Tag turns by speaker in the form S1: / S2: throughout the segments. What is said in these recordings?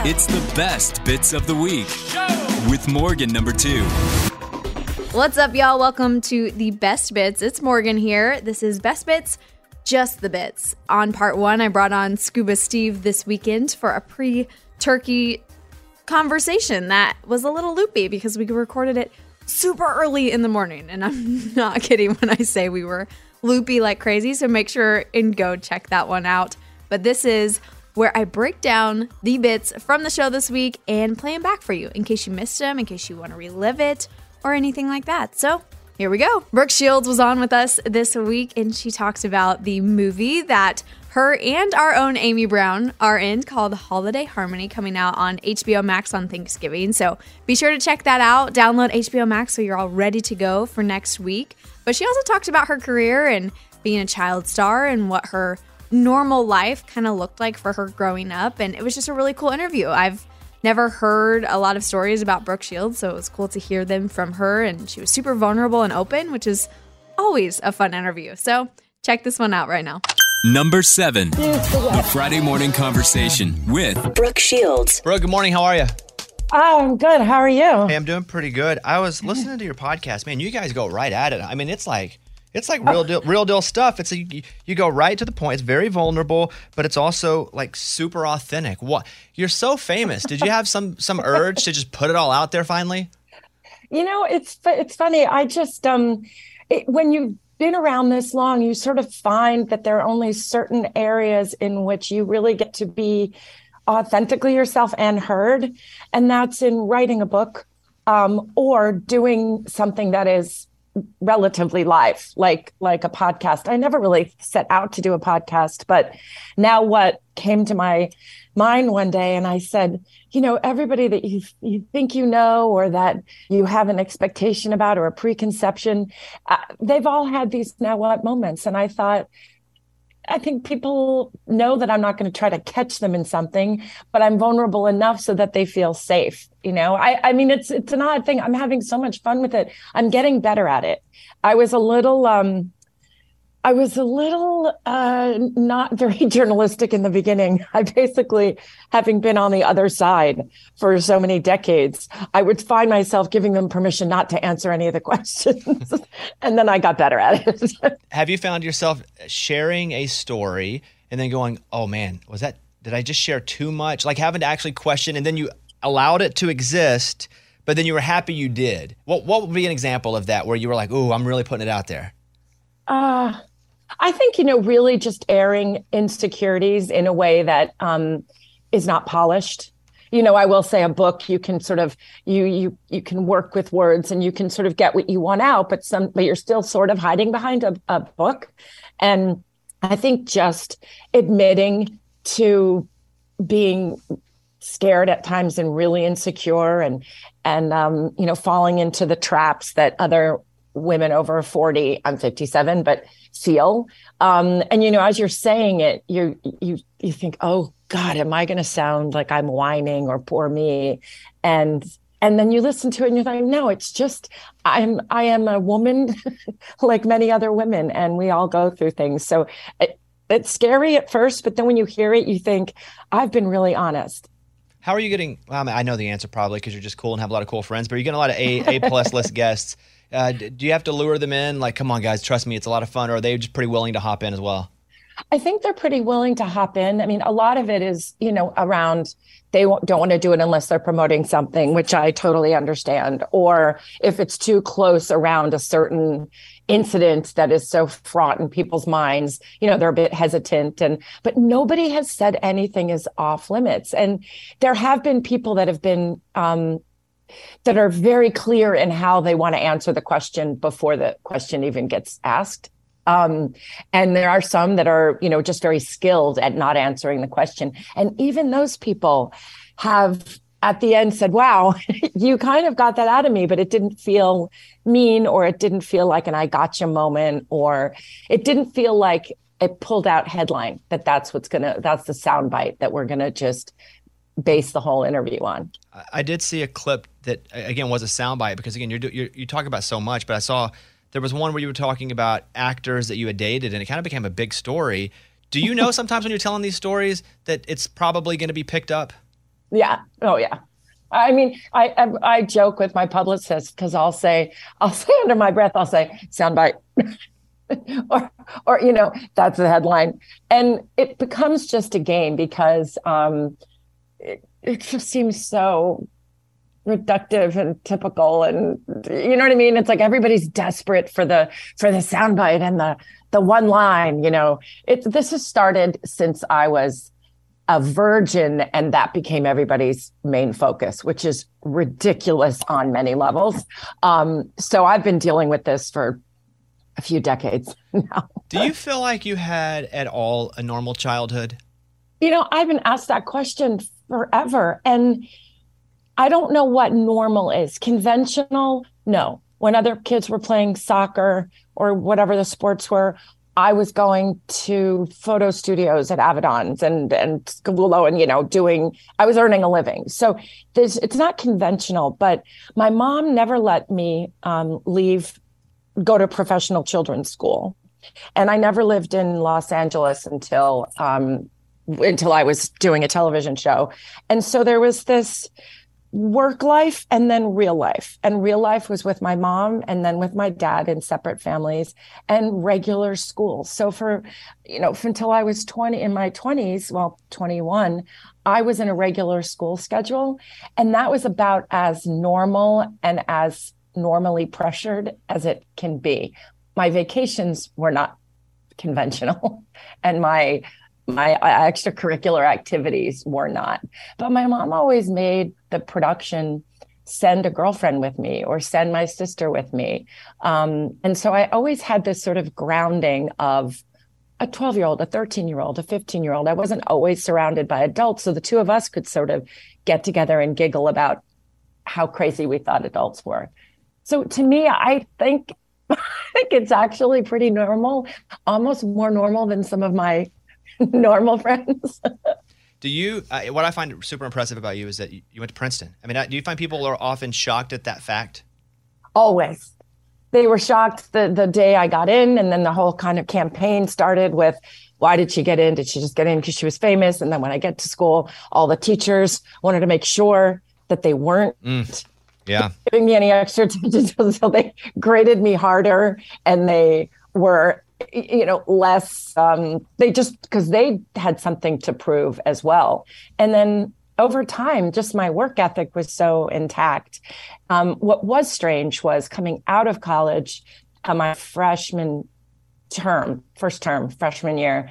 S1: It's the best bits of the week with Morgan number two.
S2: What's up, y'all? Welcome to the Best Bits. It's Morgan here. This is Best Bits, just the bits. On part one, I brought on Scuba Steve this weekend for a pre turkey conversation that was a little loopy because we recorded it super early in the morning. And I'm not kidding when I say we were loopy like crazy. So make sure and go check that one out. But this is where I break down the bits from the show this week and play them back for you in case you missed them, in case you want to relive it, or anything like that. So here we go. Brooke Shields was on with us this week and she talks about the movie that her and our own Amy Brown are in called Holiday Harmony coming out on HBO Max on Thanksgiving. So be sure to check that out. Download HBO Max so you're all ready to go for next week. But she also talked about her career and being a child star and what her normal life kind of looked like for her growing up. And it was just a really cool interview. I've never heard a lot of stories about Brooke Shields, so it was cool to hear them from her. And she was super vulnerable and open, which is always a fun interview. So check this one out right now.
S1: Number seven, the Friday morning conversation with
S3: Brooke Shields.
S4: Bro, good morning. How are you?
S5: Oh, I'm good. How are you?
S4: Hey, I'm doing pretty good. I was listening to your podcast. Man, you guys go right at it. I mean, it's like it's
S5: Oh.
S4: like real deal, real deal stuff. It's a, you, you go right to the point. It's very vulnerable, but it's also like super authentic. What you're so famous. Did you have some some urge to just put it all out there finally?
S5: You know, it's it's funny. I just um, it, when you've been around this long, you sort of find that there are only certain areas in which you really get to be authentically yourself and heard, and that's in writing a book um, or doing something that is relatively live like like a podcast i never really set out to do a podcast but now what came to my mind one day and i said you know everybody that you you think you know or that you have an expectation about or a preconception uh, they've all had these now what moments and i thought I think people know that I'm not going to try to catch them in something, but I'm vulnerable enough so that they feel safe. You know, I, I mean, it's it's an odd thing. I'm having so much fun with it. I'm getting better at it. I was a little, um, I was a little uh, not very journalistic in the beginning. I basically, having been on the other side for so many decades, I would find myself giving them permission not to answer any of the questions, and then I got better at it.
S4: Have you found yourself sharing a story and then going, "Oh man, was that? Did I just share too much?" Like having to actually question, and then you allowed it to exist, but then you were happy you did. What What would be an example of that where you were like, "Ooh, I'm really putting it out there."
S5: Uh, I think, you know, really just airing insecurities in a way that um, is not polished. You know, I will say a book you can sort of you you you can work with words and you can sort of get what you want out, but some but you're still sort of hiding behind a, a book. And I think just admitting to being scared at times and really insecure and and um, you know falling into the traps that other women over 40 i'm 57 but feel. Um, and you know, as you're saying it, you you you think, oh God, am I going to sound like I'm whining or poor me? And and then you listen to it and you're like, no, it's just I'm I am a woman, like many other women, and we all go through things. So. It, it's scary at first, but then when you hear it, you think, I've been really honest.
S4: How are you getting? well, I, mean, I know the answer probably because you're just cool and have a lot of cool friends, but you're getting a lot of A A plus list guests. Uh, d- do you have to lure them in? Like, come on, guys, trust me, it's a lot of fun. Or are they just pretty willing to hop in as well?
S5: I think they're pretty willing to hop in. I mean, a lot of it is, you know, around they won't, don't want to do it unless they're promoting something, which I totally understand. Or if it's too close around a certain incident that is so fraught in people's minds, you know, they're a bit hesitant. And, but nobody has said anything is off limits. And there have been people that have been, um, that are very clear in how they want to answer the question before the question even gets asked. Um, and there are some that are, you know, just very skilled at not answering the question. And even those people have at the end said, wow, you kind of got that out of me, but it didn't feel mean or it didn't feel like an I gotcha moment or it didn't feel like it pulled out headline that that's what's going to, that's the soundbite that we're going to just base the whole interview on.
S4: I- I did see a clip that a- again was a soundbite because again you're, do- you're you talk about so much, but I saw there was one where you were talking about actors that you had dated, and it kind of became a big story. Do you know sometimes when you're telling these stories that it's probably going to be picked up?
S5: Yeah. Oh, yeah. I mean, I I, I joke with my publicist because I'll say, I'll say under my breath, I'll say, soundbite, or or you know, that's the headline, and it becomes just a game because um, it, it just seems so reductive and typical and you know what i mean it's like everybody's desperate for the for the soundbite and the the one line you know it this has started since i was a virgin and that became everybody's main focus which is ridiculous on many levels um so i've been dealing with this for a few decades now
S4: Do you feel like you had at all a normal childhood?
S5: You know, I've been asked that question forever, and I don't know what normal is. Conventional, no. When other kids were playing soccer or whatever the sports were, I was going to photo studios at Avedon's and and Scavulo and you know doing. I was earning a living, so this it's not conventional. But my mom never let me um, leave, go to professional children's school, and I never lived in Los Angeles until um, until I was doing a television show. And so there was this work life and then real life. And real life was with my mom and then with my dad in separate families and regular school. So for, you know, for until I was 20 in my 20s, well, 21, I was in a regular school schedule. And that was about as normal and as normally pressured as it can be. My vacations were not conventional and my my uh, extracurricular activities were not but my mom always made the production send a girlfriend with me or send my sister with me um, and so i always had this sort of grounding of a 12 year old a 13 year old a 15 year old i wasn't always surrounded by adults so the two of us could sort of get together and giggle about how crazy we thought adults were so to me i think i think it's actually pretty normal almost more normal than some of my normal friends.
S4: Do you? Uh, what I find super impressive about you is that you, you went to Princeton. I mean, uh, do you find people are often shocked at that fact?
S5: Always. They were shocked the, the day I got in, and then the whole kind of campaign started with why did she get in? Did she just get in because she was famous? And then when I get to school, all the teachers wanted to make sure that they weren't
S4: Yeah.
S5: giving me any extra attention. So they graded me harder and they were, you know, less, um, they just, because they had something to prove as well. And then over time, just my work ethic was so intact. Um, what was strange was coming out of college, uh, my freshman term, first term, freshman year,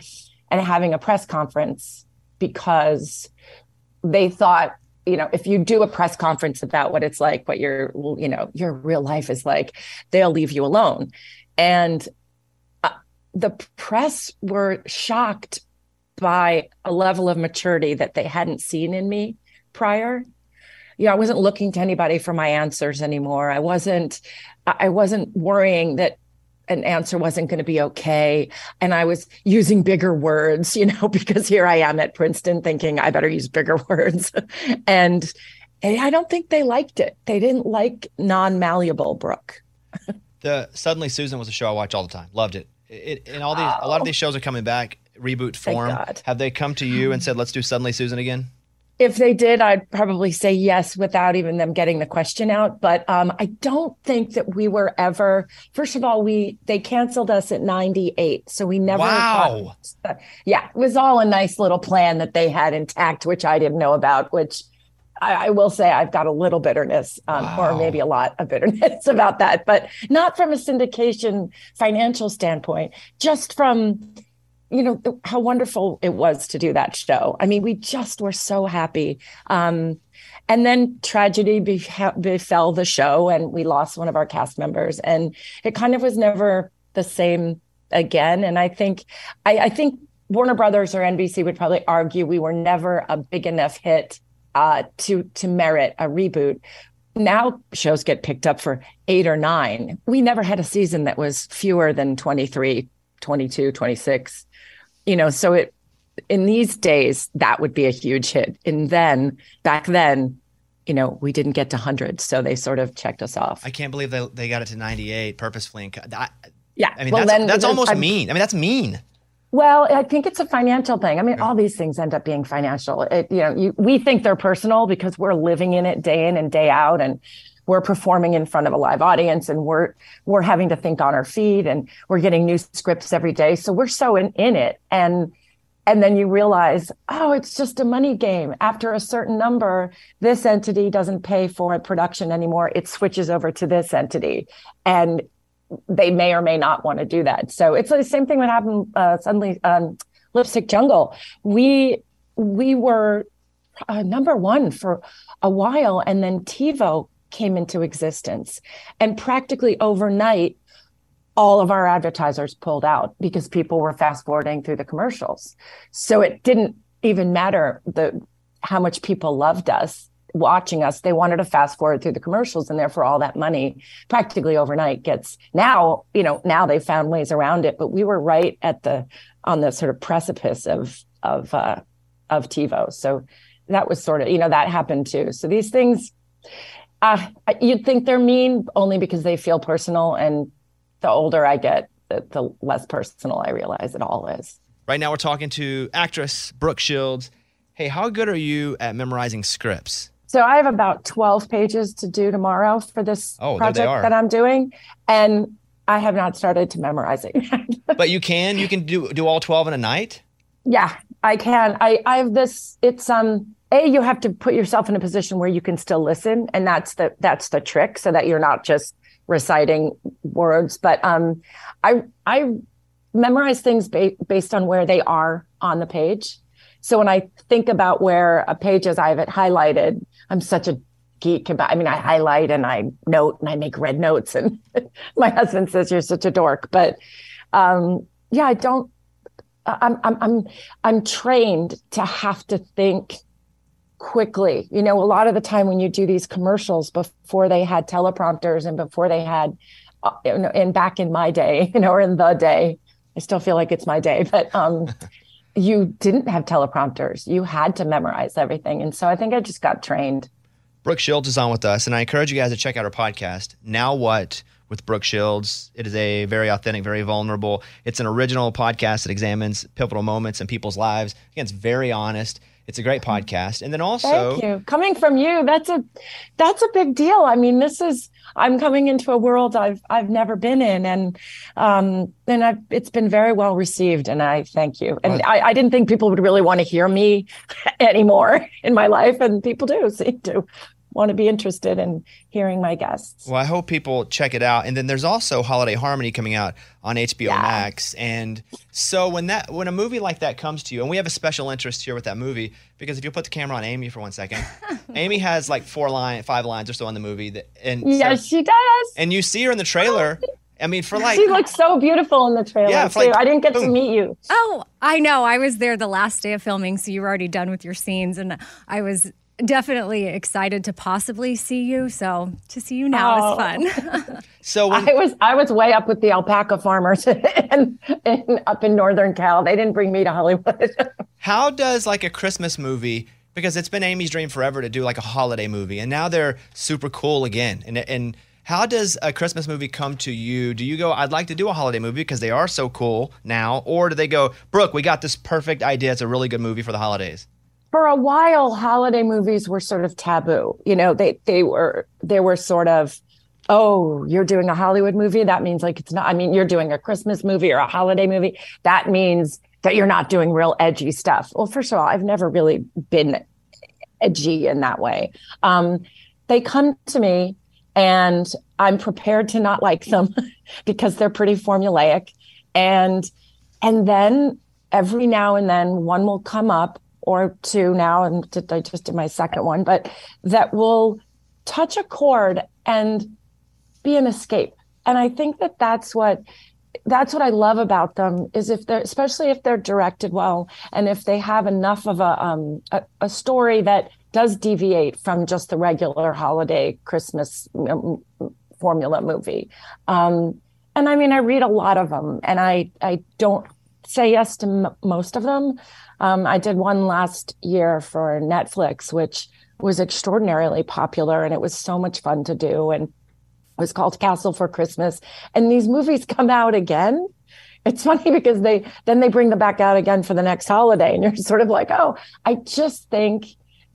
S5: and having a press conference because they thought, you know, if you do a press conference about what it's like, what your, you know, your real life is like, they'll leave you alone. And uh, the press were shocked by a level of maturity that they hadn't seen in me prior. Yeah, I wasn't looking to anybody for my answers anymore. I wasn't, I I wasn't worrying that an answer wasn't going to be okay. And I was using bigger words, you know, because here I am at Princeton thinking I better use bigger words. and, and I don't think they liked it. They didn't like non malleable Brooke.
S4: The Suddenly Susan was a show I watch all the time. Loved it. It and all these a lot of these shows are coming back reboot form.
S5: God.
S4: Have they come to you and said let's do Suddenly Susan again?
S5: if they did, I'd probably say yes without even them getting the question out. But um, I don't think that we were ever. First of all, we they canceled us at ninety eight, so we never.
S4: Wow.
S5: got- yeah, it was all a nice little plan that they had intact, which I didn't know about. Which I, I will say, I've got a little bitterness, um, or
S4: Wow.
S5: maybe a lot of bitterness about that, but not from a syndication financial standpoint, just from you know th- how wonderful it was to do that show i mean we just were so happy um and then tragedy be- ha- befell the show and we lost one of our cast members and it kind of was never the same again and i think i, I think warner brothers or nbc would probably argue we were never a big enough hit uh to to merit a reboot now shows get picked up for eight or nine we never had a season that was fewer than 23 22 26 you know so it in these days that would be a huge hit and then back then you know we didn't get to 100 so they sort of checked us off
S4: I can't believe they, they got it to 98 purposefully. And, co- I,
S5: yeah
S4: I mean, that's, that's almost mean. I mean, that's mean.
S5: well i think it's a financial thing i mean all these things end up being financial it, you know you, we think they're personal because we're living in it day in and day out and we're performing in front of a live audience and we're we're having to think on our feet and we're getting new scripts every day so we're so in, in it and and then you realize oh it's just a money game after a certain number this entity doesn't pay for a production anymore it switches over to this entity and they may or may not want to do that so it's the same thing that happened uh, suddenly um, lipstick jungle we we were uh, number one for a while and then tivo came into existence and practically overnight all of our advertisers pulled out because people were fast forwarding through the commercials. So it didn't even matter the how much people loved us watching us. They wanted to fast forward through the commercials and therefore all that money practically overnight gets now, you know, now they found ways around it, but we were right at the on the sort of precipice of of uh of TiVo. So that was sort of, you know, that happened too. So these things uh, you'd think they're mean only because they feel personal and the older I get, the, the less personal I realize it all is.
S4: Right now, we're talking to actress Brooke Shields. Hey, how good are you at memorizing scripts?
S5: So I have about 12 pages to do tomorrow for this
S4: Oh, there they
S5: project
S4: are.
S5: that I'm doing. And I have not started to memorize it yet.
S4: But you can, you can do do all 12 in a night.
S5: yeah, I can. I, I have this, it's, um, a, you have to put yourself in a position where you can still listen. And that's the, that's the trick so that you're not just reciting words. But, um, I, I memorize things ba- based on where they are on the page. So when I think about where a page is, I have it highlighted. I'm such a geek about, I mean, I highlight and I note and I make red notes. And my husband says, you're such a dork. But um, yeah, I don't, I- I'm, I'm, I'm, I'm trained to have to think quickly. You know, a lot of the time when you do these commercials before they had teleprompters and before they had, uh, you know, and back in my day, you know, or in the day, I still feel like it's my day, but um, you didn't have teleprompters. You had to memorize everything. And so I think I just got trained.
S4: Brooke Shields is on with us, and I encourage you guys to check out her podcast, Now What with Brooke Shields. It is a very authentic, very vulnerable. It's an original podcast that examines pivotal moments in people's lives. Again, it's very honest. It's a great podcast. And then also,
S5: Thank you. Coming from you, that's a that's a big deal. I mean, this is I'm coming into a world I've I've never been in, and um and I've it's been very well received, and I thank you. And I, I didn't think people would really want to hear me anymore in my life, and people do seem to want to be interested in hearing my guests.
S4: Well, I hope people check it out. And then there's also Holiday Harmony coming out on HBO Max. And so when that when a movie like that comes to you, and we have a special interest here with that movie, because if you put the camera on Amy for one second, Amy has like four line five lines or so in the movie that and so-
S5: yes, she does.
S4: and you see her in the trailer. I mean, for like
S5: she looks so beautiful in the trailer
S4: Yeah, it's
S5: too.
S4: like,
S5: I didn't get to
S4: boom.
S5: meet you.
S6: Oh, I know. I was there the last day of filming, so you were already done with your scenes, and I was definitely excited to possibly see you. So to see you now
S5: Oh.
S6: is fun.
S4: So when,
S5: I was I was way up with the alpaca farmers and, and up in Northern Cal. They didn't bring me to Hollywood.
S4: How does like a Christmas movie? Because it's been Amy's dream forever to do like a holiday movie, and now they're super cool again. And and how does a Christmas movie come to you? Do you go, I'd like to do a holiday movie because they are so cool now, or do they go, Brooke, we got this perfect idea. It's a really good movie for the holidays.
S5: for a while holiday movies were sort of taboo you know they they were they were sort of oh you're doing a hollywood movie that means like it's not i mean you're doing a christmas movie or a holiday movie that means that you're not doing real edgy stuff well first of all i've never really been edgy in that way um, they come to me and i'm prepared to not like them because they're pretty formulaic and and then every now and then one will come up or two now and did- i just did my second one but that will touch a chord and be an escape and i think that that's what that's what i love about them is if they're especially if they're directed well and if they have enough of a um a, a story that does deviate from just the regular holiday christmas um, formula movie um and i mean i read a lot of them and i i don't say yes to m- most of them um, i did one last year for netflix which was extraordinarily popular and it was so much fun to do and it was called Castle for Christmas. And these movies come out again. It's funny because they then they bring them back out again for the next holiday. And you're sort of like, oh, I just think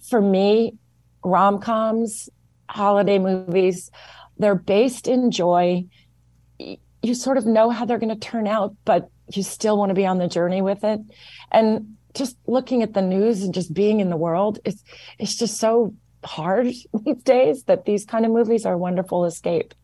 S5: for me, rom coms, holiday movies, they're based in joy. Y- You sort of know how they're going to turn out, but you still want to be on the journey with it. And just looking at the news and just being in the world, it's it's just so hard these days that these kind of movies are a wonderful escape.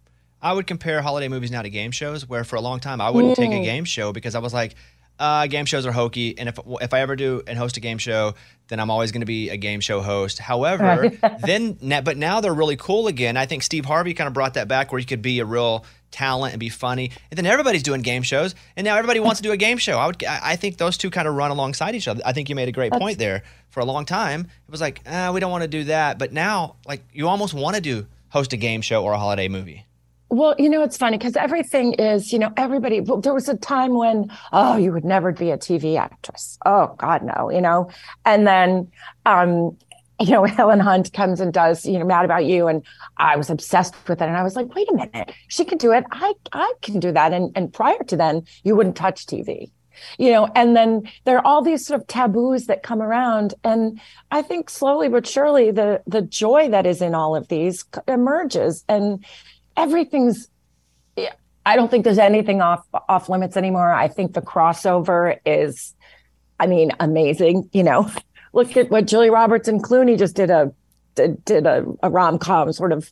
S4: I would compare holiday movies now to game shows, where for a long time I wouldn't take a game show because I was like, uh, game shows are hokey, and if if I ever do and host a game show, then I'm always going to be a game show host. However, then na- but now they're really cool again. I think Steve Harvey kind of brought that back, where you could be a real talent and be funny, and then everybody's doing game shows, and now everybody wants to do a game show. I would I I think those two kind of run alongside each other. I think you made a great point there. For a long time, it was like, ah, we don't want to do that, but now like you almost want to do host a game show or a holiday movie.
S5: Well, you know, it's funny because everything is, you know, everybody, well, there was a time when, oh, you would never be a TV actress. Oh, God, no, you know? And then, um, you know, Helen Hunt comes and does, you know, Mad About You. And I was obsessed with it. And I was like, wait a minute, she can do it. I, I can do that. And, and prior to then, you wouldn't touch TV, you know? And then there are all these sort of taboos that come around. And I think slowly but surely the, the joy that is in all of these c- emerges. And, everything's i don't think there's anything off off limits anymore i think the crossover is i mean amazing you know look at what julie roberts and clooney just did a did, did a, a rom-com sort of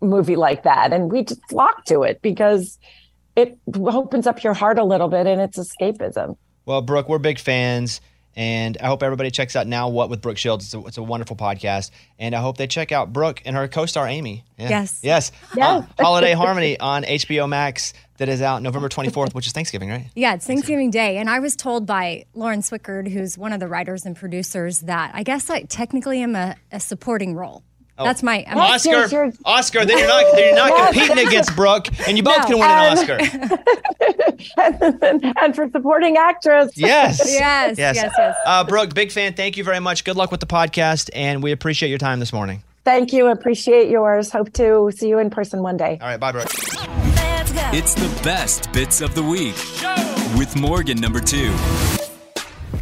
S5: movie like that and we just flocked to it because it opens up your heart a little bit and it's escapism
S4: Well, Brooke, we're big fans, and I hope everybody checks out Now What with Brooke Shields. It's a, it's a wonderful podcast, and I hope they check out Brooke and her co-star Amy. Yeah.
S6: Yes.
S4: yes,
S7: Oh,
S4: On Holiday Harmony on HBO Max that is out November 24th, which is Thanksgiving, right?
S6: Yeah, it's Thanksgiving Day. And I was told by Lauren Swickard, who's one of the writers and producers, that I guess I technically am a, a supporting role.
S4: Oh.
S7: Oh.
S6: That's my. I'm,
S4: Oscar,
S5: yes, you're-
S4: Oscar, then you're not, then you're not competing against Brooke, and you both can win
S6: um,
S4: an Oscar.
S5: and for supporting actress
S4: Yes.
S6: Yes, yes, yes.
S4: Uh, Brooke, big fan. Thank you very much. Good luck with the podcast, and we appreciate your time this morning.
S5: thank you appreciate yours hope to see you in person one day
S4: All right, bye, Brooke.
S1: It's the best bits of the week with Morgan number two.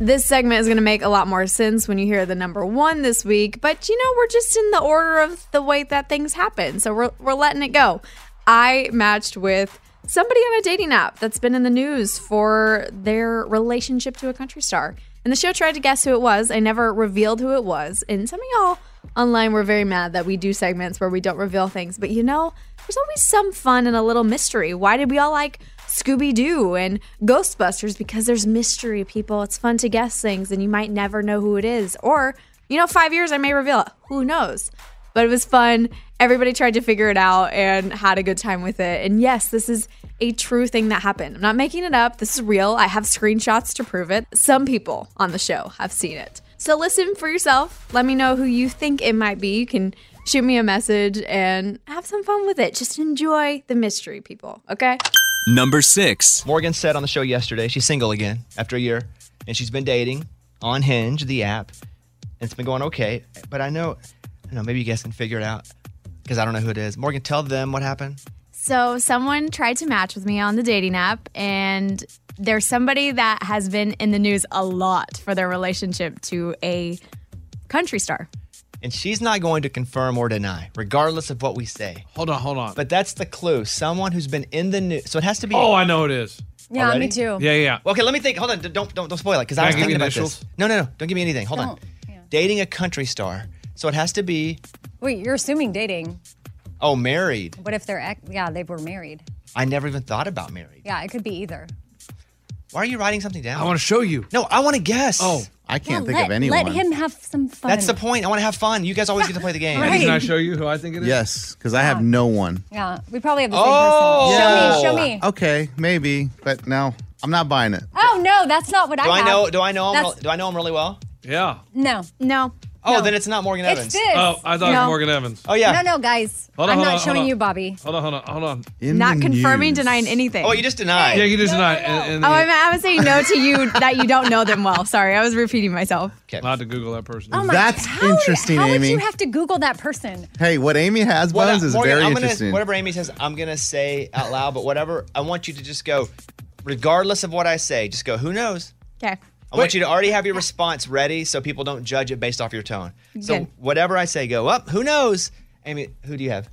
S2: This segment is going to make a lot more sense when you hear the number one this week, but you know, we're just in the order of the way that things happen. So we're, we're letting it go. I matched with somebody on a dating app that's been in the news for their relationship to a country star. And the show tried to guess who it was. I never revealed who it was. And some of y'all online were very mad that we do segments where we don't reveal things. But you know, there's always some fun and a little mystery. Why did we all like Scooby Doo and Ghostbusters? Because there's mystery, people. It's fun to guess things and you might never know who it is. Or, you know, five years I may reveal it. Who knows? but it was fun. Everybody tried to figure it out and had a good time with it. And yes, this is a true thing that happened. I'm not making it up. This is real. I have screenshots to prove it. Some people on the show have seen it. So listen for yourself. Let me know who you think it might be. You can shoot me a message and have some fun with it. Just enjoy the mystery, people. Okay?
S1: Number six.
S4: Morgan said on the show yesterday she's single again after a year, and she's been dating on Hinge, the app, and it's been going okay. But I know, I don't know, maybe you guys can figure it out because I don't know who it is. Morgan, tell them what happened.
S8: So someone tried to match with me on the dating app, and there's somebody that has been in the news a lot for their relationship to a country star.
S4: And she's not going to confirm or deny, regardless of what we say.
S9: Hold on, hold on.
S4: But that's the clue. Someone who's been in the news. So it has to be.
S9: Oh, I know it is.
S6: Yeah,
S4: Already?
S6: me too.
S9: Yeah, yeah.
S4: Okay, let me think. Hold on. D- Don't don't, don't spoil it because I
S9: Can I
S4: was
S9: give you
S4: thinking about
S9: initials?
S4: this. No, no, no. Don't give me anything. Hold on.
S6: Don't. Yeah.
S4: Dating a country star. So it has to be
S6: Wait, you're assuming dating.
S4: oh married.
S6: What if they're, ac- yeah, they were married?
S4: I never even thought about married.
S6: Yeah, it could be either.
S4: Why are you writing something down?
S9: I want to show you.
S4: No, I want to guess.
S9: Oh.
S7: I can't
S6: Yeah,
S7: think
S6: let,
S7: of anyone.
S6: Let him have some fun.
S4: That's the point. I want to have fun. You guys always get to play the game.
S6: Right.
S9: Can I show you who I think it is?
S7: Yes, because I have no one.
S6: Yeah, we probably have the same
S4: Oh!
S6: person. Show me, show
S4: Yeah.
S6: me.
S7: Okay, maybe, but no, I'm not buying it.
S6: Oh no, that's not what I
S4: Do I
S6: have.
S4: know? Do I know him?
S6: That's-
S4: real- Do I know him really well?
S9: Yeah.
S6: No,
S8: No.
S4: Oh, then it's not Morgan
S6: it's
S4: Evans.
S6: this.
S9: Oh, I thought it
S8: No.
S9: was Morgan Evans.
S4: Oh yeah.
S6: no, no, guys,
S9: Hold on,
S6: I'm
S9: hold
S6: not
S9: on,
S6: showing
S9: hold on.
S6: you, Bobby.
S9: Hold on, hold on, hold on.
S7: In
S8: Not
S7: the
S8: confirming,
S7: news.
S8: denying anything.
S4: Oh, you just denied.
S9: Yeah, you just not. And, and
S8: Oh, I'm, I'm saying no to you that you don't know them well. Sorry, I was repeating myself.
S9: allowed to Google that person.
S6: Oh my
S7: That's
S6: how would-
S7: interesting,
S6: how
S7: Amy.
S6: would you have to Google that person?
S7: Hey, what Amy has
S4: What- uh,
S7: bones is
S4: Morgan,
S7: very
S4: I'm gonna,
S7: interesting.
S4: Whatever Amy says, I'm gonna say out loud. But whatever, I want you to just go, regardless of what I say, just go. Who knows?
S8: Okay.
S4: I want you to already have your response ready so people don't judge it based off your tone. So
S8: Good.
S4: whatever I say, go up. Who knows? Amy, who do you have?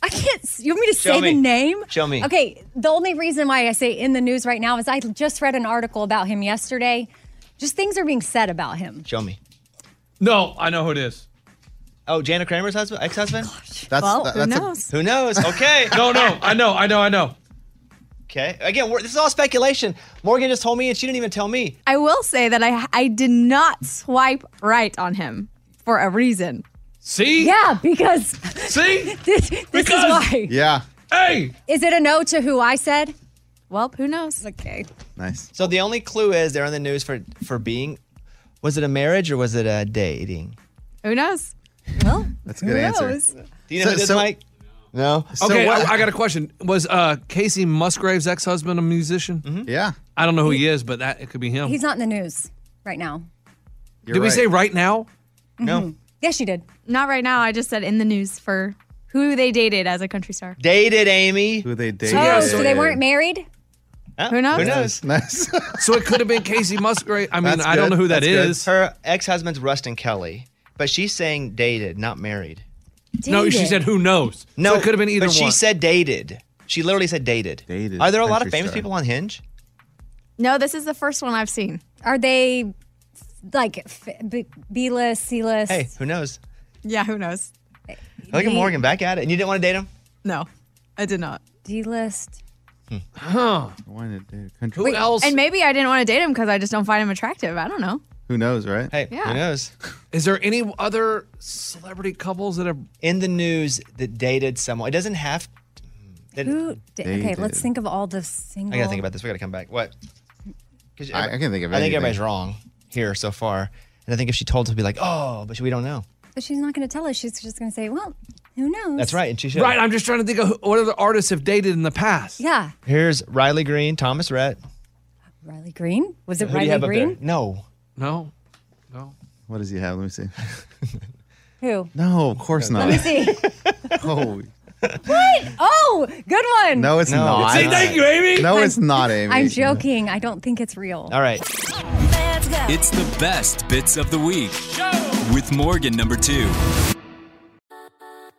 S6: I can't. s- You want me to
S4: Show
S6: say
S4: me.
S6: the name?
S4: Show me.
S6: Okay. The only reason why I say in the news right now is I just read an article about him yesterday. Just things are being said about him.
S4: Show me.
S9: No, I know who it is.
S4: Oh, Jana Kramer's husband, ex-husband.
S7: that's
S8: Oh, Well,
S7: that-
S8: who
S7: that's a-
S8: knows?
S4: Who knows? Okay.
S9: No, no, I know, I know, I know.
S4: Okay. Again, we're, this is all speculation. Morgan just told me, and she didn't even tell me.
S8: I will say that I I did not swipe right on him for a reason.
S9: See?
S6: Yeah, because
S9: See?
S6: this, this
S9: Because-
S6: is why.
S7: yeah,
S9: Hey!
S6: Is it a no to who I said?
S8: Well, who knows?
S6: Okay.
S7: nice.
S4: So the only clue is they're in the news for for being. Was it a marriage or was it a dating?
S8: Who knows?
S7: That's a good answer.
S8: knows?
S4: Do you know
S7: So-
S4: who this
S7: so-
S4: Mike? No.
S7: So
S9: okay,
S7: what-
S9: I, I got a question. Was uh, Casey Musgrave's ex-husband a musician?
S4: Mm-hmm.
S7: Yeah,
S9: I don't know who he is, but that it could be him.
S6: He's not in the news right now.
S7: you're
S9: Did we
S7: right.
S9: say right now?
S6: Mm-hmm.
S7: Mm-hmm.
S4: No.
S6: Yes, you did.
S8: Not right now. I just said in the news for who they dated as a country star.
S4: Dated Amy.
S7: who they dated?
S6: Oh, so they weren't married?
S4: Huh?
S8: Who knows?
S4: Who knows?
S7: Nice.
S9: So it could have been Casey Musgrave. I mean,
S7: That's
S9: I don't
S7: good.
S9: know who that
S7: That's good.
S9: is.
S4: Her ex-husband's Rustin Kelly, but she's saying dated, not married.
S9: No, she said who knows.
S4: No,
S9: so it could have been either
S4: But she
S9: one.
S4: said dated. She literally said dated.
S7: Dated
S4: Are there a lot of
S7: country
S4: famous
S7: star.
S4: people on Hinge?
S8: No, this is the first one I've seen.
S6: Are they like f- B- B list, C list?
S4: Hey, who knows?
S8: Yeah, who knows?
S4: Look at Morgan back at it. And you didn't want to date him?
S8: No, I did not.
S6: D list.
S7: Why did they- country-
S9: who else?
S8: And maybe I didn't want to date him because I just don't find him attractive. I don't know.
S7: Who knows, right?
S4: Hey,
S8: Yeah.
S4: who knows?
S9: Is there any other celebrity couples that have?
S4: In the news that dated someone. It doesn't have mm, that,
S6: Who? Di- okay, let's
S7: did.
S6: think of all the single.
S4: I gotta think about this. We gotta come back. What? 'Cause
S7: I- I can think of
S4: I think
S7: anything.
S4: everybody's wrong here so far, and I think if she told us, we'd be like, "Oh, but we don't know."
S6: But she's not going to tell us. She's just going to say, well, who knows?
S4: That's right, and she should.
S9: Right, I'm just trying to think of who- what other artists have dated in the past.
S6: Yeah.
S4: Here's Riley Green, Thomas Rhett.
S6: Riley Green? Was it
S4: Who do you
S6: Riley
S4: have
S6: Green?
S4: up there? No.
S9: No, no.
S7: What does he have? Let me see.
S6: Who?
S7: No, of course not.
S6: Let me see.
S7: Oh,
S6: Oh, good one.
S7: no, it's not.
S9: See, thank you, Amy.
S7: No, it's not, Amy.
S6: I'm joking. I don't think it's real.
S4: All right.
S1: It's the best bits of the week with Morgan number two.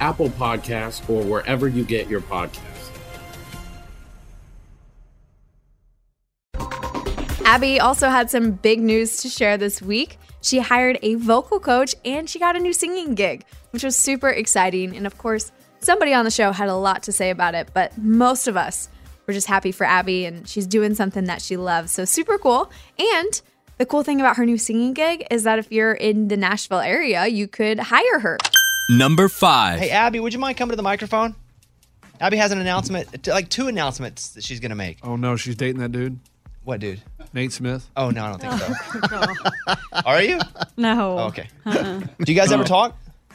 S10: Apple Podcasts, or wherever you get your podcasts.
S2: Abby also had some big news to share this week. She hired a vocal coach and she got a new singing gig, which was super exciting. And of course, somebody on the show had a lot to say about it, but most of us were just happy for Abby and she's doing something that she loves. So super cool. And the cool thing about her new singing gig is that if you're in the Nashville area, you could hire her.
S1: Number five.
S4: Hey, Abby, would you mind coming to the microphone? Abby has an announcement, t- like two announcements that she's going to make.
S9: Oh no, she's dating that dude.
S4: What dude?
S9: Nate Smith.
S4: Oh no, I don't think so. Are you?
S11: No.
S4: Oh, okay.
S11: Uh-uh.
S4: Do you guys ever talk? Oh.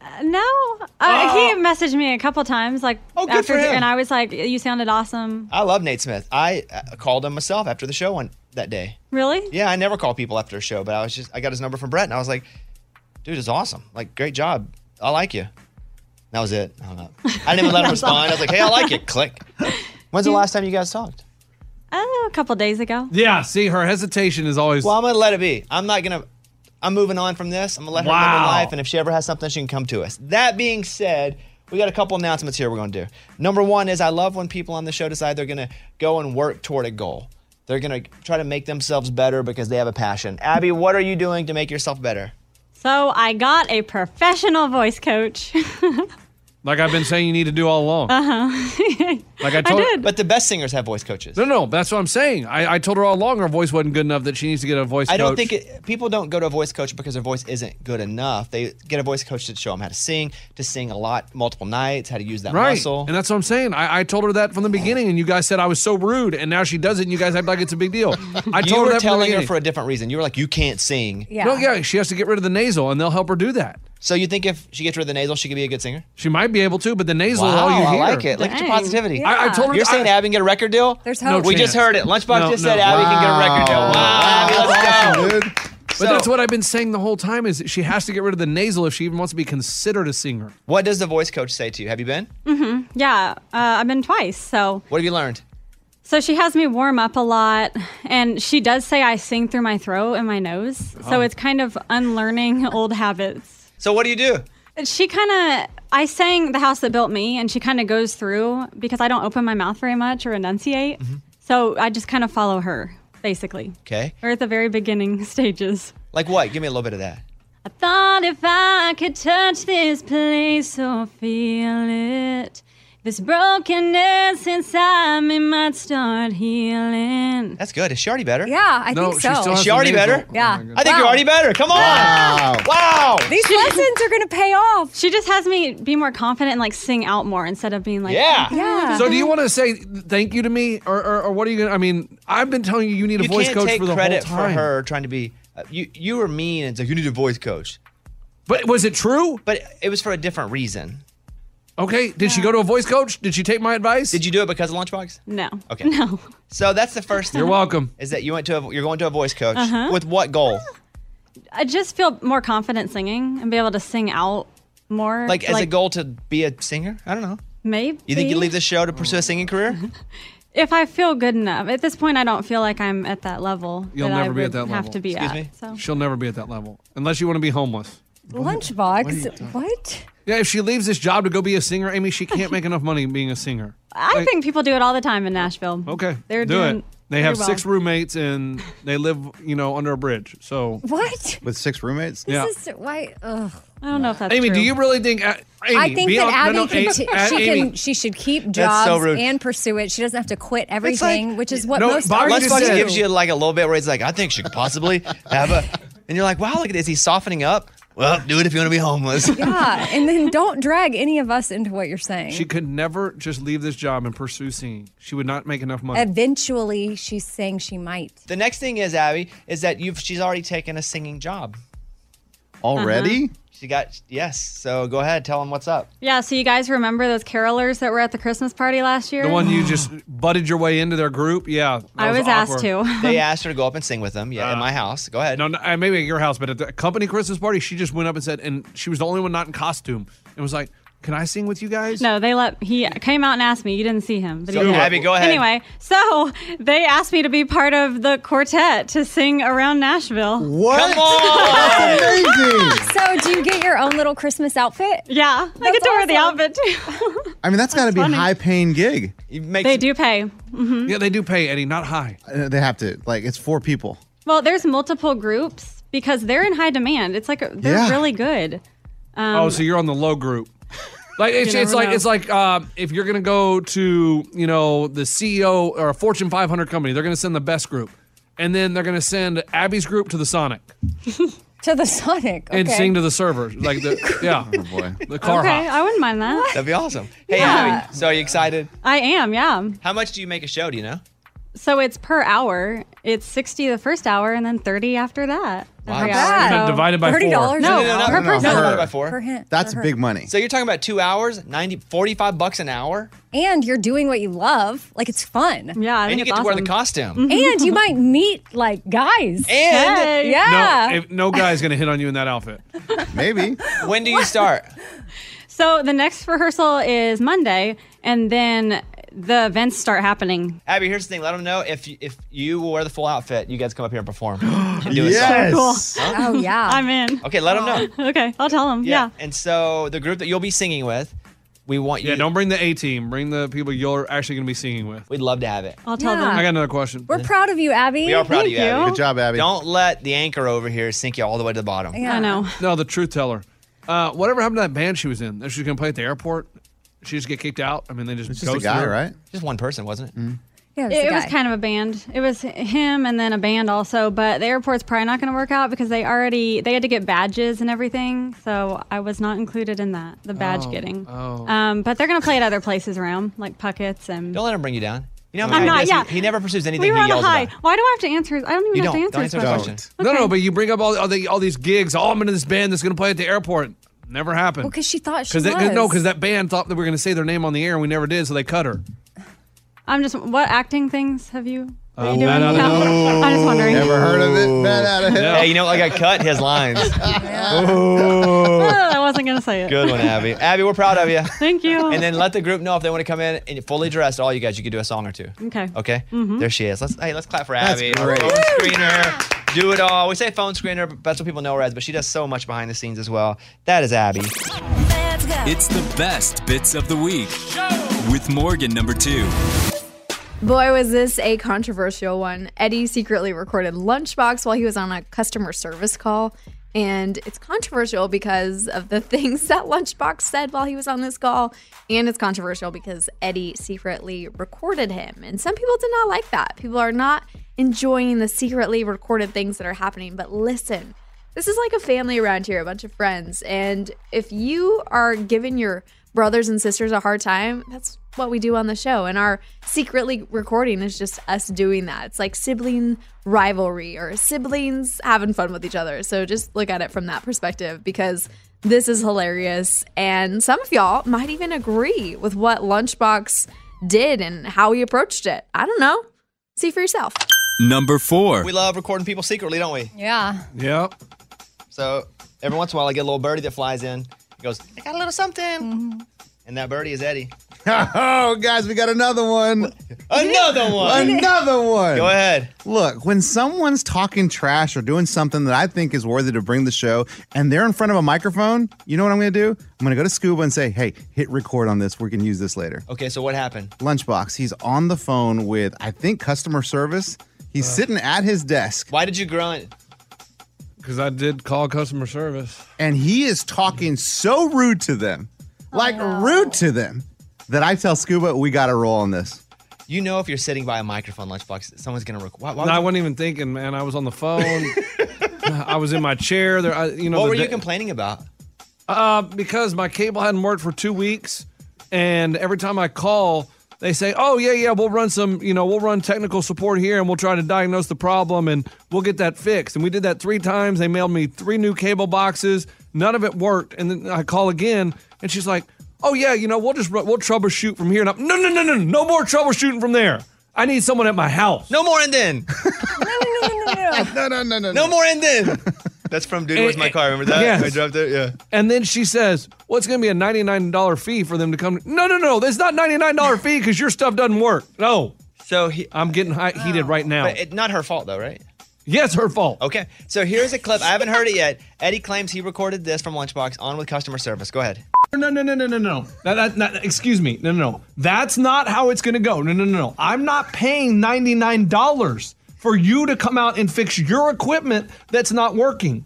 S11: Uh, no. Uh, he messaged me a couple times, like
S4: Oh, good
S11: after,
S4: for him.
S11: and I was like, "You sounded awesome."
S4: I love Nate Smith. I uh, called him myself after the show on that day.
S11: Really?
S4: Yeah, I never call people after a show, but I was just I got his number from Brett, and I was like, "Dude, it's awesome. Like, great job. I like you." And that was it. I hung up. I didn't even let him
S11: That's all.
S4: respond. I was like, "Hey, I like it." Click. When's the last time you guys talked?
S11: Uh, a couple days ago.
S9: Yeah. See, her hesitation is always.
S4: Well, I'm gonna let it be. I'm not gonna. I'm moving on from this. I'm gonna let her live her
S9: Wow.
S4: life, and if she ever has something, she can come to us. That being said, we got a couple announcements here we're gonna do. Number one is I love when people on the show decide they're gonna go and work toward a goal. They're gonna try to make themselves better because they have a passion. Abby, what are you doing to make yourself better?
S11: So I got a professional voice coach.
S9: Like I've been saying, you need to do all
S4: Oh.
S9: along.
S11: uh huh.
S9: Like I told.
S4: But the best singers have voice coaches.
S9: No, no, that's what I'm saying. I, I told her all along her voice wasn't good enough that she needs to get a voice.
S4: I
S9: coach.
S4: don't think it, people don't go to a voice coach because their voice isn't good enough. They get a voice coach to show them how to sing, to sing a lot, multiple nights, how to use that
S9: right.
S4: muscle.
S9: And that's what I'm saying. I, I told her that from the beginning, and you guys said I was so rude, and now she does it, and you guys act like it's a big deal. I told
S4: you
S9: her that from the
S4: were telling her
S9: beginning.
S4: for a different reason. You were like, you can't sing.
S9: No, yeah, she has to get rid of the nasal, and they'll help her do that.
S4: So you think if she gets rid of the nasal, she could be a good singer?
S9: She might be able to, but the nasal is all
S4: Wow,
S9: you
S4: I
S9: hear.
S4: like it. Look at your positivity.
S9: I, I told her
S4: You're saying Abby can get a record deal?
S9: There's No hope.
S4: we just
S9: chance.
S4: heard it. Lunchbox
S9: No,
S4: just
S9: no.
S4: said Abby can get a record deal. Wow, Abby, let's go.
S9: But
S4: So-
S9: that's what I've been saying the whole time is that she has to get rid of the nasal if she even wants to be considered a singer.
S4: What does the voice coach say to you? Have you been?
S11: hmm Yeah, uh, I've been twice. So,
S4: What have you learned?
S11: so she has me warm up a lot, and she does say I sing through my throat and my nose. So
S4: Oh.
S11: it's kind of unlearning old habits.
S4: So what do you do?
S11: She kind of, I sang "The House That Built Me," and she kind of goes through because I don't open my mouth very much or enunciate. So I just kind of follow her basically.
S4: Okay.
S11: We're at the very beginning stages.
S4: Like what? Give me a little bit of that.
S11: I thought if I could touch this place or feel it, this brokenness inside me might start healing.
S4: That's good. Is she already better?
S11: Yeah, I
S4: No,
S11: think
S4: she
S11: so.
S4: still has Is she already the nasal- better?
S9: Oh
S11: Yeah.
S4: I think you're already better. Come on. Wow. Wow.
S11: These lessons are going to pay off. She just has me be more confident and like sing out more instead of being like,
S9: So do you want to say thank you to me, or, or, or what are you gonna? I mean, I've been telling you you need a
S4: you
S9: voice
S4: can't
S9: coach
S4: take
S9: for the
S4: credit
S9: whole time.
S4: for her trying to be. uh, you you were mean. and It's like you need a voice coach.
S9: But was it true?
S4: But it was for a different reason.
S9: Okay. Did she go to a voice coach? Did she take my advice? Did
S4: you do it because of Lunchbox?
S11: No.
S4: Okay.
S11: No.
S4: So that's the first. thing.
S9: You're welcome.
S4: Is that you went to a, you're going to a voice coach
S11: Uh-huh.
S4: with what goal?
S11: I just feel more confident singing and be able to sing out more.
S4: Like as a goal to be a singer? I don't know.
S11: Maybe.
S4: You think you leave the show to pursue a singing career?
S11: Mm-hmm. If I feel good enough. At this point, I don't feel like I'm at that level.
S9: You'll
S11: that I
S9: never be at
S11: would
S9: that level.
S11: Have to be at. So.
S9: She'll never be at that level unless you want to be homeless.
S6: Lunchbox. What?
S9: Yeah, if she leaves this job to go be a singer, Amy, she can't make enough money being a singer.
S11: I
S9: Like-
S11: think people do it all the time in Nashville.
S9: Okay,
S11: They're
S9: do
S11: doing.
S9: it. They
S11: pretty
S9: have
S11: well.
S9: six roommates and they live, you know, under a bridge. So
S6: What?
S9: with six roommates,
S6: This
S9: yeah.
S6: is why. Ugh.
S11: I don't know if that's
S9: Amy, do you really think? Uh, Amy,
S6: I think
S9: be
S6: that
S9: hon-
S6: Abby
S9: no, no,
S6: can
S9: A-
S6: t-
S9: A-
S6: she
S9: Amy,
S6: can she should keep
S4: That's
S6: jobs
S4: so rude.
S6: and pursue it. She doesn't have to quit
S4: like-
S6: everything, which is what
S4: no,
S6: most
S4: Bob
S6: artists
S4: Lunchbox
S6: do.
S4: gives you like a little bit where he's like, I think she could possibly have a, and you're like, wow, look at this. He's softening up. Well, do it if you want to be homeless.
S6: yeah, and then don't drag any of us into what you're saying.
S9: She could never just leave this job and pursue singing. She would not make enough money.
S6: Eventually, she's saying she might.
S4: The next thing is Abby is that you've she's already taken a singing job. Mm-hmm.
S7: Already?
S4: She got yes. So go ahead, tell him what's up.
S11: Yeah, so you guys remember those carolers that were at the Christmas party last year?
S9: The one you just butted your way into their group. Yeah, that
S11: I was asked
S9: awkward.
S11: to.
S4: They asked her to go up and sing with them. Yeah, in my house. Go ahead.
S9: No, no, uh, maybe at your house, but at the company Christmas party, she just went up and said, and she was the only one not in costume, and was like, "Can I sing with you guys?"
S11: No, they let he came out and asked me. You didn't see him, but
S9: So,
S11: he did.
S9: Abby, go ahead.
S11: Anyway, so they asked me to be part of the quartet to sing around Nashville.
S7: What? Come on! That's amazing.
S6: so, do you get your own little Christmas outfit?
S11: Yeah, I get to wear the outfit too.
S7: I mean, that's got to be a high paying gig.
S11: they do pay. hmm
S9: Yeah, they do pay, Eddie. Not high.
S7: Uh, They have to. Like, it's four people.
S11: Well, there's multiple groups because they're in high demand. It's like uh, they're
S7: Yeah.
S11: really good. Um,
S9: oh, so you're on the low group. Like it's,
S11: You
S9: it's
S11: never
S9: like
S11: know.
S9: it's like um, if you're gonna go to you know the CEO or a Fortune 500 company, they're gonna send the best group, and then they're gonna send Abby's group to the Sonic
S6: To the Sonic. Okay.
S9: and sing to the server. Like the yeah,
S4: Oh,
S9: boy, the car
S11: okay,
S9: hop.
S11: I wouldn't mind that.
S4: That'd be awesome. Hey,
S11: Yeah.
S4: Abby. So are you excited?
S11: I am, yeah.
S4: How much do you make a show? Do you know?
S11: So it's per hour. It's sixty the first hour, and then thirty after that.
S4: Wow.
S11: Every
S4: Not
S11: hour.
S4: bad.
S11: So-
S7: Divided by
S11: no,
S7: four.
S11: No, no, no, per person.
S4: divided by four.
S7: That's big money.
S4: So you're talking about two hours, 90, 45 bucks an hour,
S6: And you're doing what you love. Like it's fun.
S11: Yeah,
S4: and you get to wear the costume.
S11: Mm-hmm.
S6: And you might meet like guys.
S4: Hey.
S6: Uh, yeah.
S9: No, if, no guy's gonna hit on you in that outfit.
S7: Maybe.
S4: When do you start?
S11: So the next rehearsal is Monday, and then the events start happening.
S4: Abby, here's the thing. Let them know if you, if you will wear the full outfit, you guys come up here and perform. and do a
S11: So cool.
S4: song. Huh?
S6: Oh yeah.
S11: I'm in.
S4: Okay, let 'em know.
S11: okay, I'll tell them. Yeah.
S4: And so Oh, the group that you'll be singing with, we want you.
S9: Yeah, don't bring the A team. Bring the people you're actually going to be singing with.
S4: We'd love to have it.
S11: I'll
S6: tell Yeah. them.
S9: I got another question.
S6: We're proud of you, Abby.
S4: We are proud of you, Abby.
S7: job, Abby.
S4: Don't let the anchor over here sink you all the way to the bottom.
S6: Yeah. I know.
S9: No, the truth teller. Uh, whatever happened to that band she was in? That she was going to play at the airport. She just get kicked out. I mean, they just
S4: It's just a
S9: ghosted
S4: guy,
S9: her.
S4: right? Mm-hmm. Just one person, wasn't it?
S6: Yeah,
S11: It, it was kind of a band. It was him and then a band also, but the airport's probably not going to work out because they already they had to get badges and everything. So I was not included in that the badge
S4: Oh,
S11: getting.
S4: oh.
S11: Um, but they're going to play at other places around like Puckett's and.
S4: Don't let him bring you down. You know,
S11: I'm not,
S4: He,
S11: yeah.
S4: he never pursues anything
S11: we were
S4: he
S11: on a
S4: yells
S11: high.
S4: about.
S11: Why do I have to answer? I don't even
S4: You
S11: have
S4: don't.
S11: to
S4: Don't
S11: answer
S4: answer
S11: his
S4: the
S11: question.
S4: question.
S9: No, no, but you bring up all, all, the, all these gigs. Oh, I'm into this band that's going to play at the airport. Never happened.
S6: Well, because she thought she
S9: Cause that, cause, no,
S6: was.
S9: because that band thought that we were going to say their name on the air, and we never did, so they cut her.
S11: I'm just. What acting things have you? are you
S9: Um,
S11: doing?
S9: Bat outta
S11: No.
S9: hell.
S11: I'm just wondering.
S7: Never heard of it? Bad out of hell.
S4: Yeah, you know, like I cut his lines.
S11: Oh,
S4: Oh.
S11: I wasn't gonna say it.
S4: Good one, Abby. Abby, we're proud of you.
S11: Thank you.
S4: And then let the group know if they want to come in and fully dressed, all you guys, you could do a song or two.
S11: Okay.
S4: Okay?
S11: Mhm.
S4: There she is. Let's hey, let's clap for
S7: Mm-hmm. That's
S4: Abby.
S7: great.
S4: Phone screener. Do it all. We say phone screener, but that's what people know her as, but she does so much behind the scenes as well. That is Abby.
S1: It's the best bits of the week with Morgan number two.
S2: Boy, was this a controversial one. Eddie secretly recorded Lunchbox while he was on a customer service call. And it's controversial because of the things that Lunchbox said while he was on this call. And it's controversial because Eddie secretly recorded him. And some people did not like that. People are not enjoying the secretly recorded things that are happening. But listen, this is like a family around here, a bunch of friends. And if you are giving your brothers and sisters a hard time, that's what we do on the show. And our secretly recording is just us doing that. It's like sibling rivalry or siblings having fun with each other. So just look at it from that perspective because this is hilarious. And some of y'all might even agree with what Lunchbox did and how he approached it. I don't know. See for yourself.
S1: Number four.
S4: We love recording people secretly, don't we?
S2: Yeah.
S9: Yep.
S4: So every once in a while, I get a little birdie that flies in. He goes, I got a little something. and that birdie is Eddie.
S7: oh, guys, we got another one.
S4: Another one.
S7: Another one.
S4: Go ahead.
S7: Look, when someone's talking trash or doing something that I think is worthy to bring the show and they're in front of a microphone, you know what I'm going to do? I'm going to go to Scuba and say, hey, hit record on this. We can use this later.
S4: Okay, so what happened?
S7: Lunchbox, he's on the phone with, I think, customer service. He's sitting at his desk
S4: Why did you grunt?
S9: Because I did call customer service.
S7: and he is talking so rude to them, like rude to them, that I tell Scuba, we got to roll on this.
S4: You know, if you're sitting by a microphone lunchbox, someone's going to record. Why, why
S9: No, I
S4: would-
S9: wasn't even thinking, man. I was on the phone. I was in my chair. There, I, you know.
S4: what
S9: the
S4: were you
S9: da-
S4: complaining about?
S9: Uh, because my cable hadn't worked for two weeks, and every time I call, they say, "Oh yeah, yeah, we'll run some, you know, we'll run technical support here, and we'll try to diagnose the problem, and we'll get that fixed." And we did that three times. They mailed me three new cable boxes. None of it worked, and then I call again, and she's like, "Oh yeah, you know, we'll just ru- we'll troubleshoot from here." And I'm, no, no, no, no, no more troubleshooting from there. I need someone at my house.
S4: No more, and then.
S7: no, no, no, no,
S4: No more and then. That's from Dude, Where's My Car? Remember that?
S9: Eh, Yes.
S4: I dropped it. Yeah.
S9: And then she says, "Well, it's going to be a ninety-nine dollar fee for them to come." No, no, no, that's not ninety-nine dollar fee because your stuff doesn't work. No.
S4: So he,
S9: I'm getting high, heated right now.
S4: But it, not her fault, though, right?
S9: yes, her fault.
S4: Okay. So here's a clip. I haven't heard it yet. Eddie claims he recorded this from Lunchbox on with customer service. Go ahead.
S9: No, no, no, no, no, no. That, that, that, excuse me. No, no, no. That's not how it's going to go. No, no, no, no. I'm not paying ninety-nine dollars for you to come out and fix your equipment that's not working.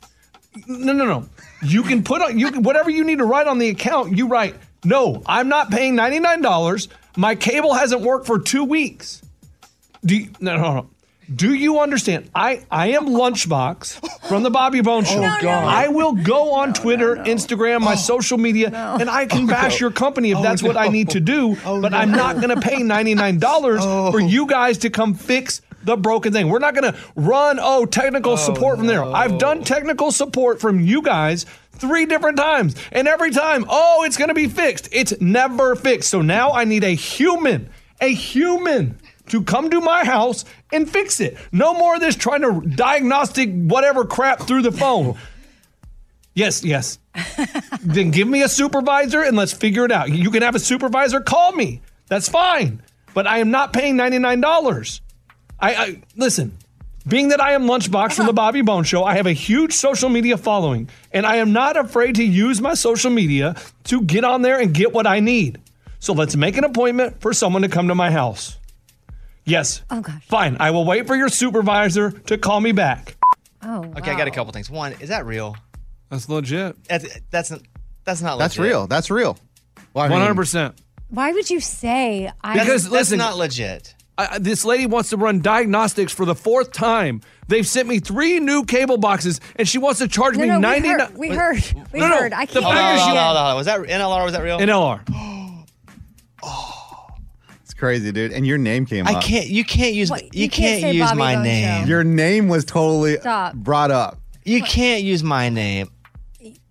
S9: No, no, no. You can put on you can, whatever you need to write on the account. You write. No, I'm not paying ninety-nine dollars. My cable hasn't worked for two weeks. Do you, no, no, no. Do you understand? I, I am Lunchbox from the Bobby Bone Show.
S7: No, no.
S9: I will go on Twitter, Instagram, my social media, and I can bash your company if that's what I need to do. but I'm not going to pay $99 for you guys to come fix the broken thing. We're not going to run, oh, technical support from there. I've done technical support from you guys three different times. And every time, oh, it's going to be fixed. It's never fixed. So now I need a human, a human to come to my house and fix it. No more of this trying to diagnostic whatever crap through the phone. Yes, yes. then give me a supervisor and let's figure it out. You can have a supervisor call me. That's fine. But I am not paying $99. I, I listen. Being that I am Lunchbox from the Bobby Bone Show, I have a huge social media following, and I am not afraid to use my social media to get on there and get what I need. So let's make an appointment for someone to come to my house. Yes. Oh gosh. Fine. I will wait for your supervisor to call me back.
S6: Oh.
S4: Okay, I got a couple things. One, is that real?
S9: That's legit.
S4: That's that's, that's not.
S7: That's
S4: legit.
S7: real. That's real. Well, I mean-
S9: 100%.
S6: Why would you say I?
S9: Because listen,
S4: legit.
S9: I, I- this lady wants to run diagnostics for the fourth time. They've sent me three new cable boxes, and she wants to charge
S6: No,
S9: me
S6: no, we
S9: ninety.
S6: heard. We heard. We
S9: No, no,
S6: heard. I
S9: the
S6: can't.
S9: fact
S4: Hold on,
S9: is
S4: hold
S9: you-
S4: on, hold on. Was that NLR? Was that real?
S9: NLR.
S7: Oh. It's crazy, dude. And your name came
S4: I
S7: up.
S4: can't. You can't use.
S6: What,
S4: you,
S6: you can't
S4: can't,
S6: say
S4: use
S6: Bobby
S4: my
S6: Bones
S4: name.
S7: Your name was totally
S6: Stop.
S7: brought up.
S4: You can't use my name.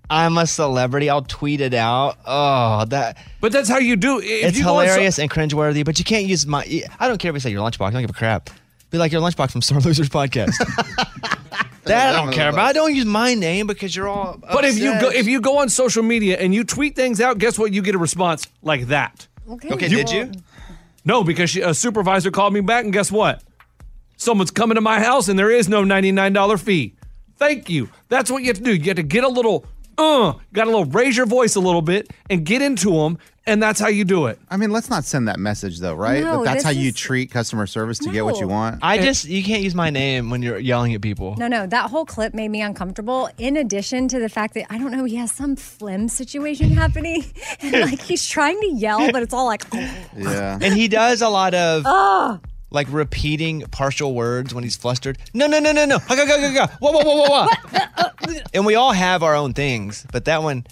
S4: I'm a celebrity. I'll tweet it out. Oh, that.
S9: But that's how you do. If
S4: it's
S9: you go on so-
S4: hilarious and cringeworthy. But you can't use my. I don't care if you say your lunchbox. I don't give a crap. Be like your lunchbox from Star Losers podcast. that I don't care about. I don't use my name because you're all.
S9: But if you go
S4: obsessed.
S9: if you go on social media and you tweet things out, guess what? You get a response like that.
S6: Okay.
S9: No, because she, a supervisor called me back, and guess what? Someone's coming to my house, and there is no ninety-nine dollar fee. Thank you. That's what you have to do. You have to get a little, uh, got to little raise your voice a little bit and get into them And that's how you do it.
S7: I mean, let's not send that message though, right?
S6: No,
S7: That that's
S6: this
S7: how you
S6: is-
S7: treat customer service to get what you
S6: No.
S7: want.
S4: I just you can't use my name when you're yelling at people.
S6: No, no, that whole clip made me uncomfortable. In addition to the fact that I don't know, he has some phlegm situation happening, and like he's trying to yell, but it's all like,
S7: Yeah.
S4: And he does a lot of
S6: oh,
S4: like repeating partial words when he's flustered. No, no, no, no, no. Go, go, go, go. Whoa, whoa, whoa, whoa,
S6: Uh,
S4: whoa. and we all have our own things, but that one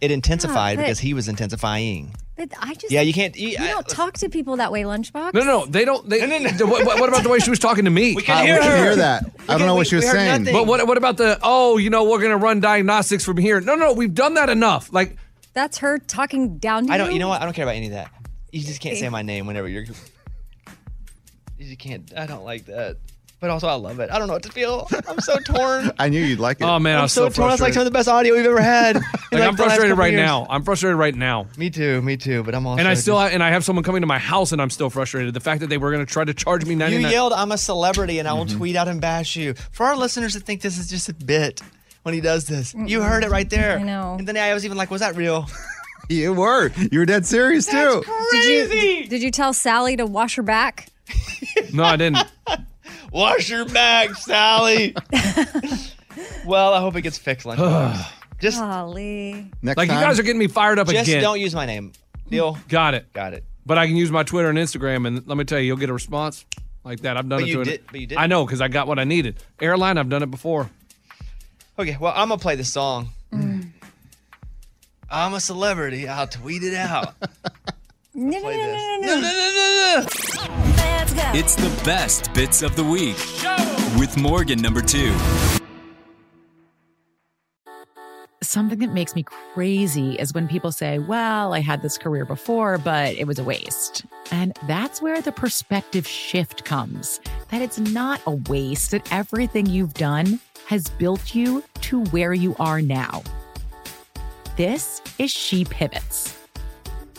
S4: it intensified
S6: but-
S4: because he was intensifying.
S6: but I just
S4: Yeah, you can't.
S6: You don't talk to people that way, lunchbox.
S9: No, no, they don't. They, What, what- what about the way she was talking to me? We
S7: can Uh, we hear can her. hear that. I don't know what she was saying. nothing.
S9: But what, what about the, oh, you know, we're going to run diagnostics from here? No, no, we've done that enough. Like,
S6: That's her talking down to
S4: I don't. You know what? I don't care about any of that. You just can't say my name whenever you're. You can't. I don't like that. But also, I love it. I don't know what to feel. I'm so torn.
S7: I knew you'd like it.
S9: Oh man,
S4: I'm
S9: I'm,
S4: so, torn. It's
S9: frustrated.
S4: like some of the best audio we've ever had. in,
S9: Like,
S4: like,
S9: I'm
S4: the last
S9: frustrated
S4: couple
S9: right
S4: years.
S9: now. I'm frustrated right now.
S4: Me too. Me too. But I'm also.
S9: and I still and I have someone coming to my house, and I'm still frustrated. The fact that they were going to try to charge me
S4: You
S9: ninety nine.
S4: yelled, "I'm a celebrity," and I
S9: Mm-hmm.
S4: will tweet out and bash you. For our listeners that think this is just a bit, when he does this, you
S6: Mm-mm.
S4: heard it right there.
S6: I know.
S4: And then I was even like, "Was that real?"
S7: You were. You were dead serious too.
S6: Did you did- did you tell Sally to wash her back?
S9: No, I didn't.
S4: Wash your back, Sally. well, I hope it gets fixed, lunchbox. Just
S6: Golly.
S7: next
S9: like you guys are getting me fired up
S4: Just
S9: again.
S4: don't use my name. Deal.
S9: Got it.
S4: Got it.
S9: But I can use my Twitter and Instagram, and let me tell you, you'll get a response like that. I've done it
S4: But you
S9: to an-
S4: did- but you did.
S9: I know because I got what I needed. Airline, I've done it before.
S4: Okay, well, I'm gonna play the song.
S6: Mm.
S4: I'm a celebrity. I'll tweet it out.
S6: No, no, no, no, no, no,
S4: no,
S6: Let's go.
S1: It's the best bits of the week with Morgan number two.
S12: Something that makes me crazy is when people say, Well, I had this career before, but it was a waste. And that's where the perspective shift comes that it's not a waste, that everything you've done has built you to where you are now. This is She Pivots,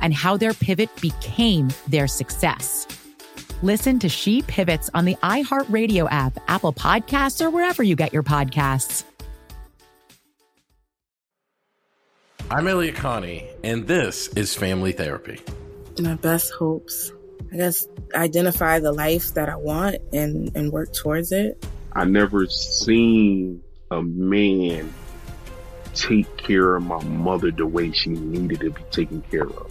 S12: and how their pivot became their success. Listen to She Pivots on the iHeartRadio app, Apple Podcasts, or wherever you get your podcasts.
S13: I'm Elliot Connie, and this is Family Therapy.
S14: My best hopes, I guess, identify the life that I want and and work towards it.
S15: I never seen a man take care of my mother the way she needed to be taken care of.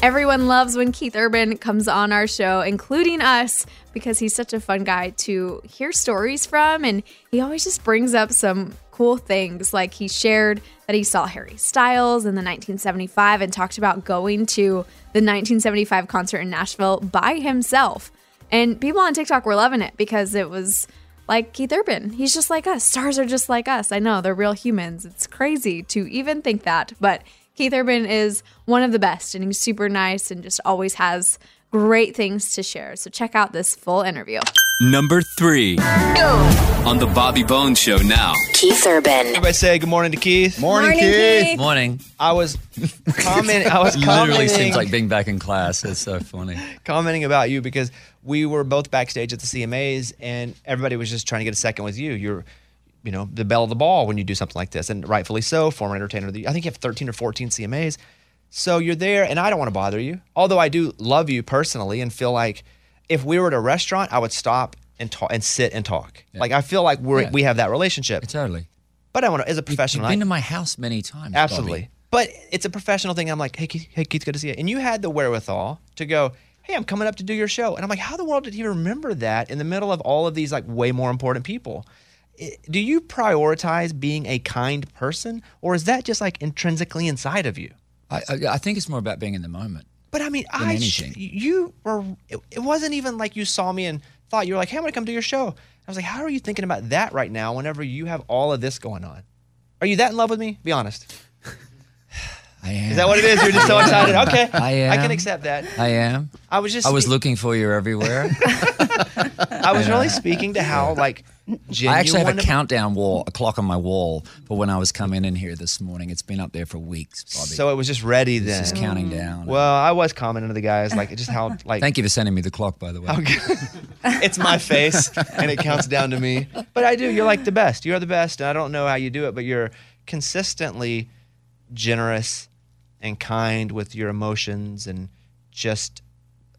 S2: Everyone loves when Keith Urban comes on our show, including us, because he's such a fun guy to hear stories from. And he always just brings up some cool things. Like he shared that he saw Harry Styles in the 1975 and talked about going to the 1975 concert in Nashville by himself. And people on TikTok were loving it because it was like Keith Urban. He's just like us. Stars are just like us. I know they're real humans. It's crazy to even think that. But Keith Urban is one of the best and he's super nice and just always has great things to share. So check out this full interview.
S1: Number three. On the Bobby Bones Show now.
S4: Keith Urban. Everybody say good morning to Keith.
S1: Morning, Morning, Keith. Keith.
S16: Morning.
S4: I was commenting. I was
S16: literally
S4: commenting.
S16: seems like being back in class. It's so funny.
S4: commenting about you because we were both backstage at the CMAs and everybody was just trying to get a second with you. You're, you know, the bell of the ball when you do something like this, and rightfully so. Former entertainer, of the, I think you have 13 or 14 CMAs, so you're there, and I don't want to bother you. Although I do love you personally and feel like if we were at a restaurant, I would stop and talk and sit and talk. Like I feel like we're
S16: Yeah.
S4: we have that relationship. Totally. But I want to as a professional.
S16: You've been
S4: I-
S16: to my house many times.
S4: Absolutely. But it's a professional thing. I'm like, hey, Keith, hey, Keith, good to see you. And you had the wherewithal to go, hey, I'm coming up to do your show. And I'm like, how the world did he remember that in the middle of all of these like way more important people? I- Do you prioritize being a kind person, or is that just like intrinsically inside of you?
S16: I, I, I think it's more about being in the moment.
S4: But I mean,
S16: Than
S4: I sh-
S16: anything.
S4: you were. It, it wasn't even like you saw me and thought you were like, hey, I'm gonna come do your show. I was like, how are you thinking about that right now? Whenever you have all of this going on, are you that in love with me? Be honest.
S16: I am.
S4: Is that what it is? You're just so
S16: I am.
S4: excited. Okay.
S16: I am.
S4: I can accept that.
S16: I am.
S4: I was just
S16: I was
S4: spe-
S16: looking for you everywhere.
S4: I was
S16: Yeah.
S4: really speaking to how like genuine
S16: I actually have a countdown wall, a clock on my wall for when I was coming in here this morning. It's been up there for weeks, Bobby.
S4: So it was just ready
S16: It's
S4: then.
S16: just counting down.
S4: Well, I was commenting to the guys like just how like
S16: Thank you for sending me the clock, by the way.
S4: it's my face and it counts down to me. But I do. You're like the best. You're the best. And I don't know how you do it, but you're consistently generous and kind with your emotions and just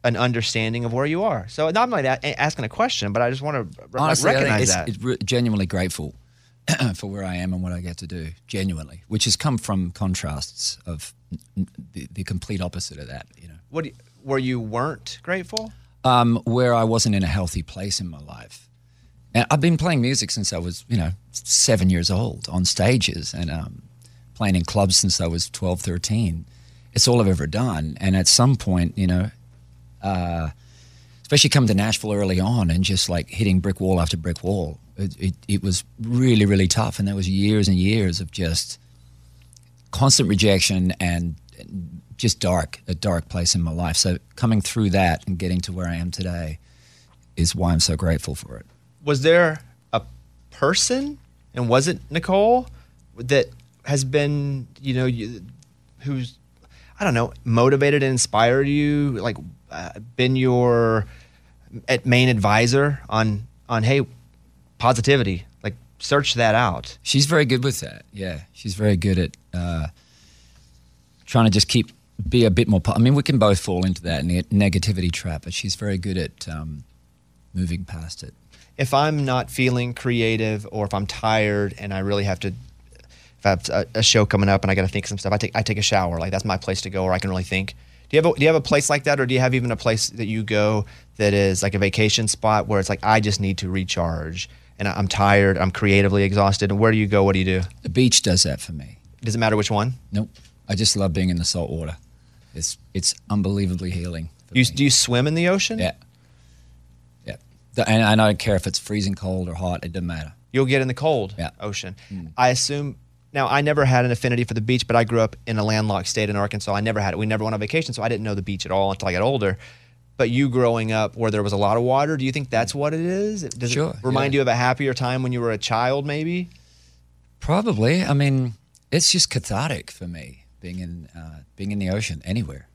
S4: an understanding of where you are. So not only that, a- asking a question, but I just want to
S16: Honestly, I think
S4: recognize
S16: it's,
S4: that.
S16: it's re- genuinely grateful for where I am and what I get to do, genuinely, which has come from contrasts of n- n- the, the complete opposite of that. You know.
S4: what do you- where you weren't grateful?
S16: um, where I wasn't in a healthy place in my life. And I've been playing music since I was, you know, seven years old on stages and um, playing in clubs since I was 12, 13. It's all I've ever done. And at some point, you know, uh, especially come to Nashville early on and just like hitting brick wall after brick wall, it, it, it was really, really tough. And there was years and years of just constant rejection and just dark, a dark place in my life. So coming through that and getting to where I am today is why I'm so grateful for it.
S4: was there a person and was it nicole that has been you know you, who's i don't know motivated and inspired you like uh, been your at main advisor on on hey positivity like search that out
S16: She's very good with that. Yeah, she's very good at uh, trying to just keep be a bit more. po- I mean, we can both fall into that ne- negativity trap, but she's very good at um, moving past it.
S4: if i'm not feeling creative or if i'm tired and i really have to if I have a, a show coming up and I got to think some stuff, I take I take a shower. Like that's my place to go where I can really think. Do you have a, do you have a place like that, or do you have even a place that you go that is like a vacation spot where it's like I just need to recharge and I- I'm tired, I'm creatively exhausted. And where do you go? What do you do?
S16: The beach does that for me.
S4: Does it matter which one?
S16: Nope, I just love being in the salt water. It's it's unbelievably healing.
S4: You, do you swim in the ocean?
S16: Yeah, yeah. The- And, and I don't care if it's freezing cold or hot; it doesn't matter.
S4: You'll get in the cold ocean.
S16: Mm.
S4: I assume. Now, I never had an affinity for the beach, but I grew up in a landlocked state in Arkansas. I never had it. We never went on vacation, so I didn't know the beach at all until I got older. But you growing up where there was a lot of water, do you think that's what it is? Does
S16: Mm. Sure,
S4: it remind you of a happier time when you were a child, maybe?
S16: Probably. I mean, it's just cathartic for me being in uh, being in the ocean anywhere.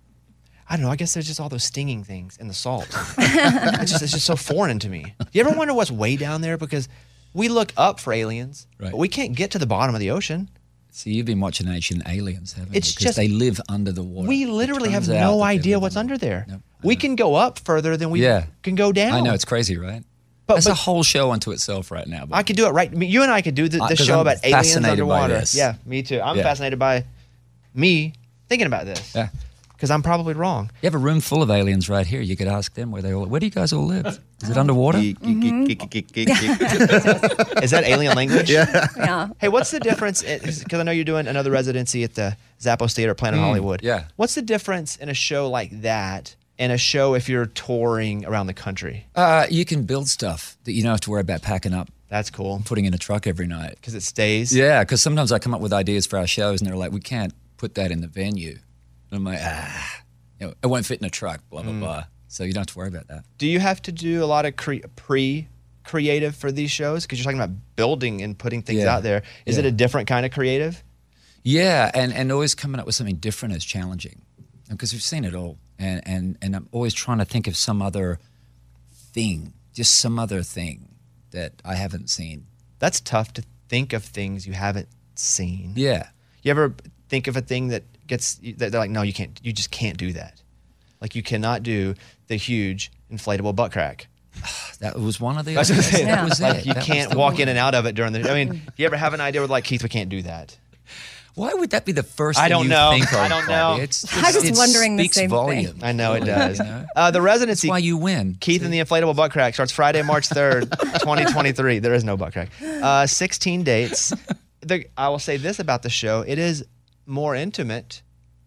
S4: I don't know. I guess there's just all those stinging things and the salt. it's, just, it's just so foreign to me. You ever wonder what's way down there? Because we look up for aliens, but we can't get to the bottom of the ocean.
S16: So you've been watching Ancient Aliens, haven't
S4: It's
S16: you? Because
S4: just-
S16: they live under the water.
S4: we literally have
S16: turns out that
S4: no
S16: they
S4: idea what's under there. we can go up further than we
S16: Yeah.
S4: can go down.
S16: I know it's crazy, right?
S4: But-
S16: That's
S4: but- Uh,
S16: a whole show unto itself right now. But
S4: I could do it right. I mean, you and I could do the,
S16: Uh,
S4: the
S16: 'cause
S4: show
S16: I'm
S4: about aliens
S16: fascinated by
S4: underwater.
S16: this.
S4: Yeah, me too. I'm
S16: Yeah.
S4: fascinated by me thinking about this.
S16: Yeah.
S4: Because because I'm probably wrong.
S16: You have a room full of aliens right here. You could ask them where they all. Where do you guys all live? Is it underwater?
S4: Is that alien language?
S7: Yeah.
S6: Yeah.
S4: Hey, what's the difference? Because I know you're doing another residency at the Zappos Theater, at Planet
S16: Mm,
S4: Hollywood.
S16: yeah.
S4: What's the difference in a show like that and a show if you're touring around the country?
S16: Uh, you can build stuff that you don't have to worry about packing up.
S4: That's cool.
S16: And putting in a truck every night
S4: because it stays.
S16: Yeah, because sometimes I come up with ideas for our shows and they're like, we can't put that in the venue. And I'm like, ah, you know, it won't fit in a truck. Blah blah
S4: Mm.
S16: blah. So you don't have to worry about that.
S4: Do you have to do a lot of cre- pre creative for these shows? Because you're talking about building and putting things
S16: Yeah.
S4: out there. Is it
S16: Yeah.
S4: a different kind of creative?
S16: Yeah, and, and always coming up with something different is challenging because we've seen it all. And, and, and I'm always trying to think of some other thing, just some other thing that I haven't seen.
S4: That's tough to think of things you haven't seen.
S16: Yeah.
S4: You ever think of a thing that gets that they're like, no, you can't, you just can't do that. Like you cannot do the huge inflatable butt crack.
S16: That was one of the.
S4: That's what I'm
S16: ideas.
S4: saying.
S16: That was
S4: Like,
S16: it.
S4: You
S16: That was
S4: can't
S16: the
S4: walk
S16: one.
S4: in and out of it during the. I mean, you ever have an idea with like Keith? We can't do that.
S16: Why would that be the first?
S4: I
S16: thing
S4: don't
S16: you
S4: know.
S16: Think of,
S4: I don't know.
S16: Bobby? It's,
S4: I was
S16: it
S4: wondering the
S16: speaks
S4: same thing.
S16: volume.
S4: I know it does.
S16: You know?
S4: Uh, the residency.
S16: why you win.
S4: Keith and the Inflatable Butt Crack starts Friday, March 3rd, 2023. There is no butt crack. Uh, 16 dates. The, I will say this about the show it is more intimate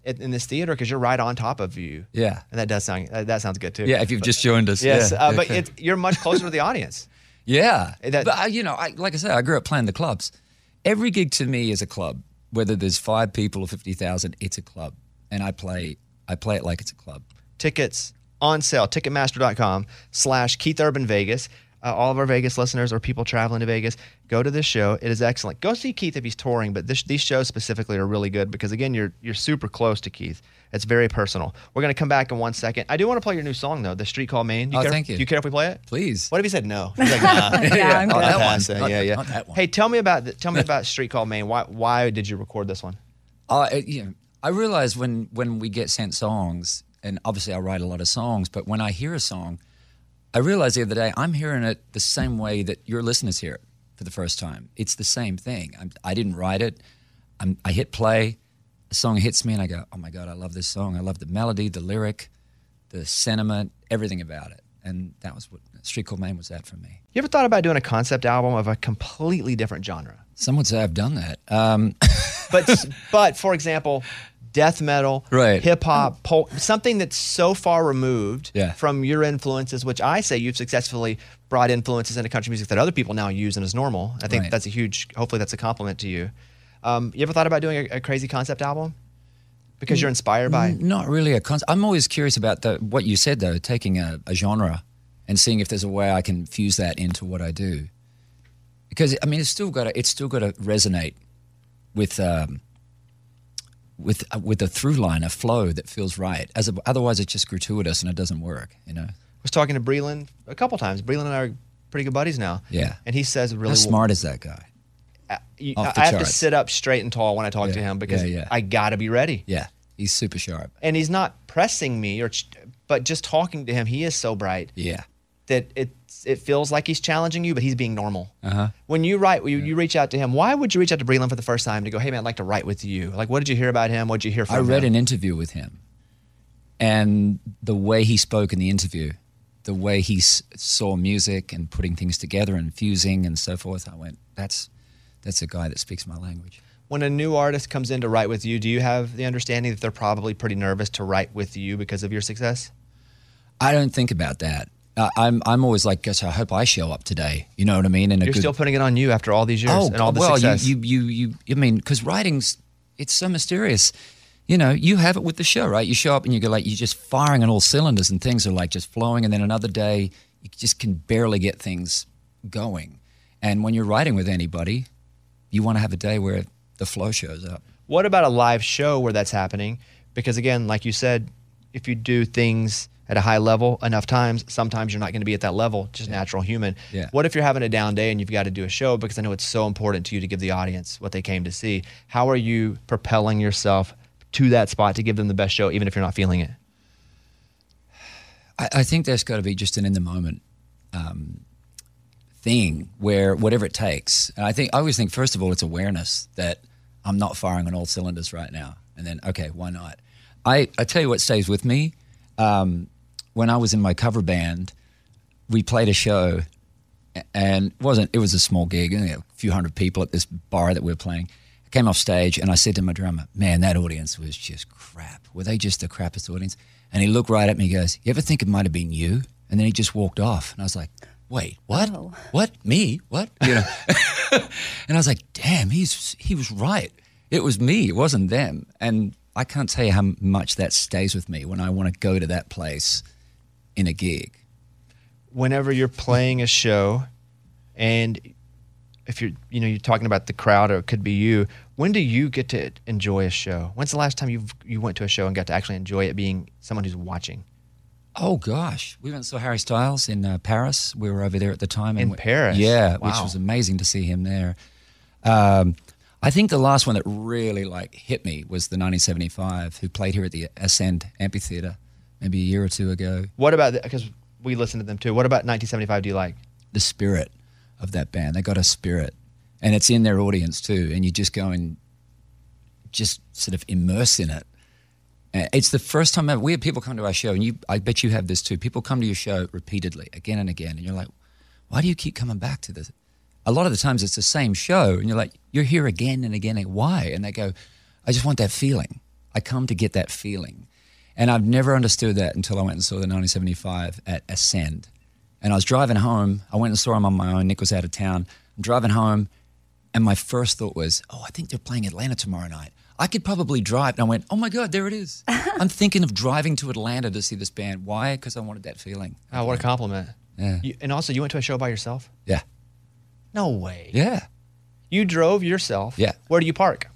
S4: in, in this theater because you're right on top of you.
S16: Yeah.
S4: And that does sound, uh, that sounds good too.
S16: Yeah, if you've
S4: But-
S16: just joined us,
S4: Yes.
S16: yeah,
S4: uh, But
S16: okay.
S4: it's, you're much closer to the audience.
S16: Yeah.
S4: That-
S16: but, uh, you know, I, like I said, I grew up playing the clubs. Every gig to me is a club. Whether there's five people or 50,000, it's a club. And I play I play it like it's a club.
S4: tickets on sale ticketmaster.com slash keith urban vegas uh, all of our vegas listeners or people traveling to vegas go to this show it is excellent go see keith if he's touring but this, these shows specifically are really good because again you're you're super close to keith it's very personal we're going to come back in one second i do want to play your new song though the street called maine Do
S16: Oh,
S4: care,
S16: thank you.
S4: do you care if we play it
S16: please
S4: what if he said no He's like, nah.
S16: Yeah, Yeah, I'm not good. that
S4: Pass
S16: one.
S4: it.
S16: Not-
S4: yeah yeah
S16: not that
S4: hey tell me about the, tell me about street called maine why why did you record this one
S16: I it- you know, I realize when when we get sent songs, and obviously I write a lot of songs, but when I hear a song, I realized the other day I'm hearing it the same way that your listeners hear it for the first time. It's the same thing. I'm, I didn't write it. I'm, I hit play, the song hits me, and I go, "Oh my god, I love this song! I love the melody, the lyric, the sentiment, everything about it." And that was what Street Called Maine was that for me.
S4: you ever thought about doing a concept album of a completely different genre
S16: Some would say I've done that. Um,
S4: but but for example, death metal,
S16: Right.
S4: hip hop, pol- something that's so far removed
S16: Yeah.
S4: from your influences, which I say you've successfully brought influences into country music that other people now use and is normal. I think
S16: Right.
S4: that's a huge. Hopefully, that's a compliment to you. Um, you ever thought about doing a, a crazy concept album because you're inspired by?
S16: N- Not really a concept. I'm always curious about the, what you said though, taking a, a genre and seeing if there's a way I can fuse that into what I do. Because I mean, it's still got to, it's still got to resonate with um, with uh, with a through line, a flow that feels right. As a, otherwise, it's just gratuitous and it doesn't work. You know?
S4: I was talking to Breland a couple times. Breland and I are pretty good buddies now.
S16: Yeah.
S4: and he says really
S16: How
S4: w-
S16: smart is that guy?
S4: you- I
S16: off the
S4: I have to
S16: charts.
S4: sit up straight and tall when I talk to him because
S16: yeah, yeah.
S4: I gotta be ready.
S16: Yeah, he's super sharp.
S4: and he's not pressing me or ch- but just talking to him he is so bright
S16: Yeah.
S4: that it it feels like he's challenging you but he's being normal
S16: Uh huh.
S4: when you write you, you reach out to him why would you reach out to Breland for the first time to go hey man I'd like to write with you like what did you hear about him what did you hear from
S16: I read an
S4: him
S16: interview with him, and the way he spoke in the interview, the way he s- saw music and putting things together and fusing and so forth, I went, "That's that's a guy that speaks my language."
S4: when a new artist comes in to write with you do you have the understanding that they're probably pretty nervous to write with you because of your success
S16: I don't think about that. I I'm I'm always like, "Gosh, I hope I show up today." You know what I mean? In a
S4: you're
S16: good-
S4: still putting it on you after all these years and all the
S16: Oh, well, you-
S4: success
S16: You, you, you, you, I mean, because writing's, it's so mysterious. You know, you have it with the show, right? You show up and you go like, you're just firing on all cylinders and things are like just flowing. And then another day, you just can barely get things going. And when you're writing with anybody, you want to have a day where the flow shows up.
S4: What about a live show where that's happening? Because again, like you said, if you do things at a high level enough times, sometimes you're not going to be at that level, just natural human.
S16: Yeah.
S4: What if you're having a down day and you've got to do a show because I know it's so important to you to give the audience what they came to see. How are you propelling yourself to that spot to give them the best show even if you're not feeling it?
S16: I, I think there's got to be just an in the moment um, thing where whatever it takes. And I think I always think first of all it's awareness that I'm not firing on all cylinders right now, and then okay, why not? I, I tell you what stays with me. Um, when I was in my cover band, we played a show and it wasn't it was a small gig, you know, a few hundred people at this bar that we were playing. I came off stage and I said to my drummer, Man, that audience was just crap. Were they just the crappiest audience? And he looked right at me and goes, You ever think it might have been you? And then he just walked off. And I was like, Wait, what? What? Me? What? You know. and I was like, damn, he's he was right. It was me. It wasn't them. And I can't tell you how much that stays with me when I want to go to that place in a gig.
S4: whenever you're playing a show and if you're you know you're talking about the crowd or it could be you when do you get to enjoy a show when's the last time you you went to a show and got to actually enjoy it being someone who's watching
S16: Oh gosh, we went and saw Harry Styles in uh, Paris. We were over there at the time
S4: In
S16: we-
S4: Paris?
S16: yeah, which
S4: Wow.
S16: was amazing to see him there. Um, I think the last one that really like hit me was the 1975, who played here at the Ascend Amphitheater maybe a year or two ago.
S4: what about because we listen to them too what about 1975 do you like
S16: the spirit of that band. They got a spirit, and it's in their audience too. And you just go and just sort of immerse in it. And It's the first time ever. We have people come to our show, and you, I bet you have this too. People come to your show repeatedly, again and again, and you're like, why do you keep coming back to this? A lot of the times it's the same show, and you're like, you're here again and again. and Why? And they go, I just want that feeling. I come to get that feeling. And I've never understood that until I went and saw the 1975 at Ascend. And I was driving home. I went and saw him on my own. Nick was out of town. I'm driving home, and my first thought was, "Oh, I think they're playing Atlanta tomorrow night. I could probably drive." And I went, "Oh my God, there it is! I'm thinking of driving to Atlanta to see this band. Why? Because I wanted that feeling."
S4: oh what a compliment
S16: Yeah.
S4: You- and also you went to a show by yourself
S16: Yeah.
S4: no way
S16: Yeah.
S4: you drove yourself
S16: Yeah.
S4: Where do you park?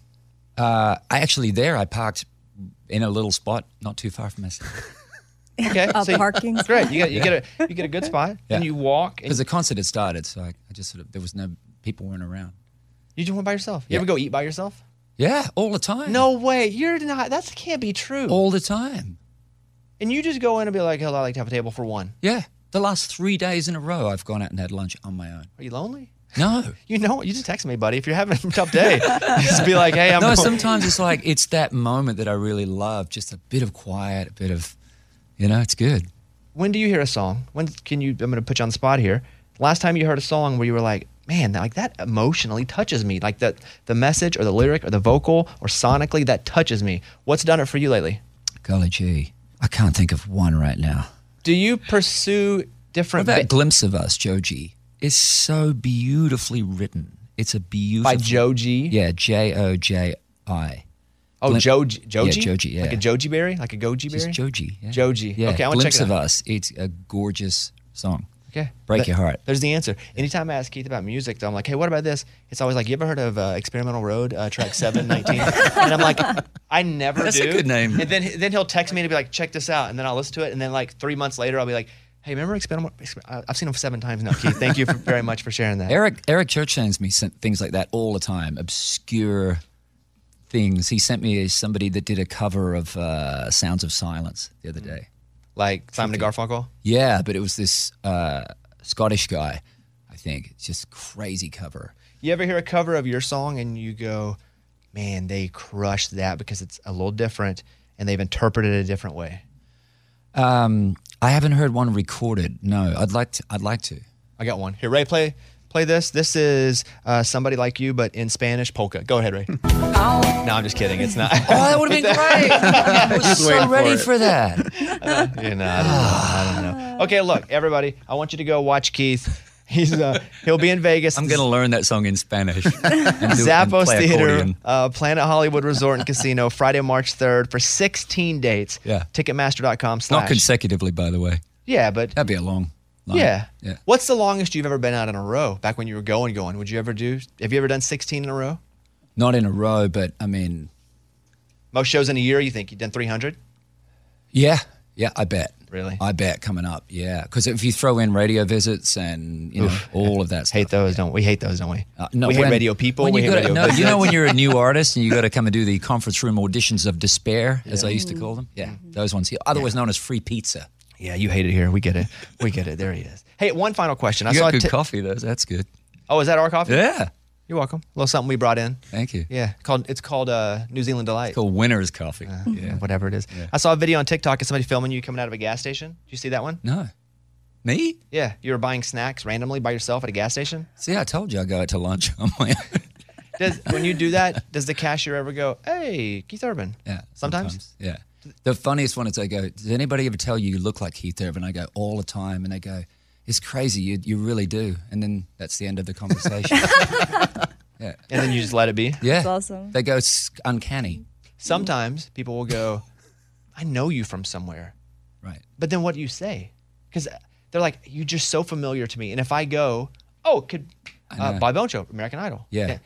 S16: Uh, I actually there. I parked in a little spot not too far from us.
S4: okay
S6: A
S4: you-
S6: parking spot.
S4: great you get you
S16: Yeah.
S4: get a you get a good spot and you walk
S16: because the concert had started, so I, I just sort of there was no people weren't around.
S4: you just went by yourself you
S16: Yeah.
S4: ever go eat by yourself
S16: Yeah, all the time.
S4: No way. You're not. That can't be true.
S16: All the time.
S4: And you just go in and be like, "Hell, I like to have a table for one."
S16: Yeah, the last three days in a row, I've gone out and had lunch on my own.
S4: Are you lonely?
S16: No.
S4: You know, what? you just text me, buddy. If you're having a tough day, just be like, "Hey, I'm."
S16: no.
S4: going-
S16: Sometimes it's like it's that moment that I really love, just a bit of quiet, a bit of, you know, it's good.
S4: When do you hear a song? When can you? I'm going to put you on the spot here. Last time you heard a song where you were like, "Man, like that emotionally touches me. Like that, the message or the lyric or the vocal or sonically that touches me." What's done it for you lately?
S16: Golly gee, I can't think of one right now.
S4: Do you pursue different?
S16: What about
S4: ba-
S16: Glimpse of Us, Joji? Is so beautifully written. It's a beautiful by
S4: Joji.
S16: Yeah, J O J I.
S4: oh,
S16: Glim-
S4: Joji. Joji.
S16: Yeah, Joji. Yeah,
S4: Like a Joji berry. Like a Goji berry.
S16: Just Joji. Yeah.
S4: Joji.
S16: Yeah.
S4: Okay, I want to check
S16: Glimpse
S4: it out.
S16: of Us. It's a gorgeous song.
S4: Okay.
S16: Break
S4: That-
S16: your heart.
S4: There's the answer. Anytime I ask Keith about music, though, I'm like, hey, what about this? It's always like, you ever heard of uh, Experimental Road, uh, track 719? and I'm like, I never
S16: That's
S4: do.
S16: a good name.
S4: And then, then he'll text me and be like, check this out. And then I'll listen to it. And then, like, three months later, I'll be like, hey, remember Experimental? Exper- uh, I've seen him seven times now, Keith. Thank you for, very much for sharing that.
S16: Eric Eric Church sends me sen- things like that all the time, obscure things. He sent me somebody that did a cover of uh, Sounds of Silence the other day.
S4: Like Simon and Garfunkel?
S16: Yeah, but it was this uh, Scottish guy, I think. It's just crazy cover.
S4: You ever hear a cover of your song and you go, man, they crushed that because it's a little different and they've interpreted it a different way?
S16: Um, I haven't heard one recorded. No, I'd like to. I'd like to.
S4: I got one. Here, Ray, play play this. This is uh, somebody like you, but in Spanish polka. Go ahead, Ray. No, I'm just kidding. It's not.
S16: Oh, that would have been great. I was
S4: Just waiting
S16: so
S4: for
S16: ready
S4: it.
S16: for, that.
S4: you know, I don't know. I don't know. Okay, look, everybody, I want you to go watch Keith. He's uh, he'll be in Vegas.
S16: I'm going to learn that song in Spanish. and do- and
S4: Zappos
S16: play
S4: Theater,
S16: accordion.
S4: uh, Planet Hollywood Resort and Casino, Friday, March 3rd for 16 dates.
S16: Yeah.
S4: Ticketmaster.com
S16: Not
S4: slash.
S16: consecutively, by the way.
S4: yeah, but.
S16: That'd be a long. long
S4: Yeah.
S16: Yeah.
S4: What's the longest you've ever been out in a row back when you were going, going? Would you ever do, have you ever done 16 in a row?
S16: Not in a row, but I mean,
S4: Most shows in a year, you think you've done 300?
S16: Yeah, yeah, I bet.
S4: Really?
S16: I bet coming up. Yeah, because if you throw in radio visits and you know
S4: Oof.
S16: all of that stuff, hate
S4: those, don't we? Hate those, don't we?
S16: Uh, no,
S4: We hate
S16: when-
S4: radio people,
S16: when
S4: we
S16: you
S4: hate
S16: gotta-
S4: radio
S16: no, you know
S4: visits.
S16: when you're a new artist and you got to come and do the conference room auditions of despair, as I used to call them. Yeah,
S4: Mm.
S16: those ones, here, otherwise known as free pizza.
S4: Yeah, you hate it here. We get it. We get it. There he is. Hey, one final question. I
S16: You
S4: saw
S16: got
S4: a
S16: good
S4: ti-
S16: coffee though. so That's good.
S4: Oh, is that our coffee?
S16: Yeah.
S4: You're welcome. A little something we brought in.
S16: Thank you.
S4: Yeah, called it's called uh, New Zealand Delight. It's
S16: called Winner's Coffee. yeah.
S4: Uh, Whatever it is. I saw a video on TikTok of somebody filming you coming out of a gas station. Did you see that one?
S16: No. Me?
S4: Yeah, you were buying snacks randomly by yourself at a gas station.
S16: See, I told you I go out to lunch on my own.
S4: Does when you do that, does the cashier ever go, "Hey, Keith Urban"?
S16: Yeah.
S4: Sometimes.
S16: Yeah. The funniest one is they go, Does anybody ever tell you you look like Keith Urban? I go, All the time. And they go, It's crazy. You, you really do. And then that's the end of the conversation. yeah.
S4: And then you just let it be.
S16: Yeah. They go, "It's uncanny.
S4: Sometimes people will go, "I know you from somewhere,"
S16: right?
S4: But then what do you say? Because they're like, "You're just so familiar to me." And if I go, "Oh, could uh,
S16: know.
S4: Bob Boncho, American Idol?"
S16: Yeah.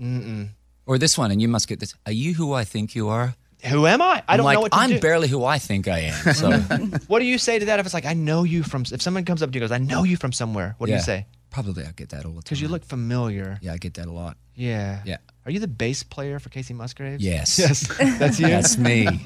S4: Mm-mm.
S16: Or this one, and you must get this. Are you who I think you are?
S4: Who am I? I
S16: I'm
S4: don't know
S16: like,
S4: what to
S16: I'm
S4: do."
S16: barely who I think I am. So
S4: What do you say to that if it's like, "I know you from"? If someone comes up to you and goes, "I know you from somewhere," what do
S16: Yeah.
S4: you say?
S16: Probably I get that all the time.
S4: Because you look familiar.
S16: Yeah, I get that a lot.
S4: Yeah.
S16: Yeah.
S4: Are you the bass player for Casey Musgraves?
S16: Yes.
S4: Yes. That's you.
S16: That's me.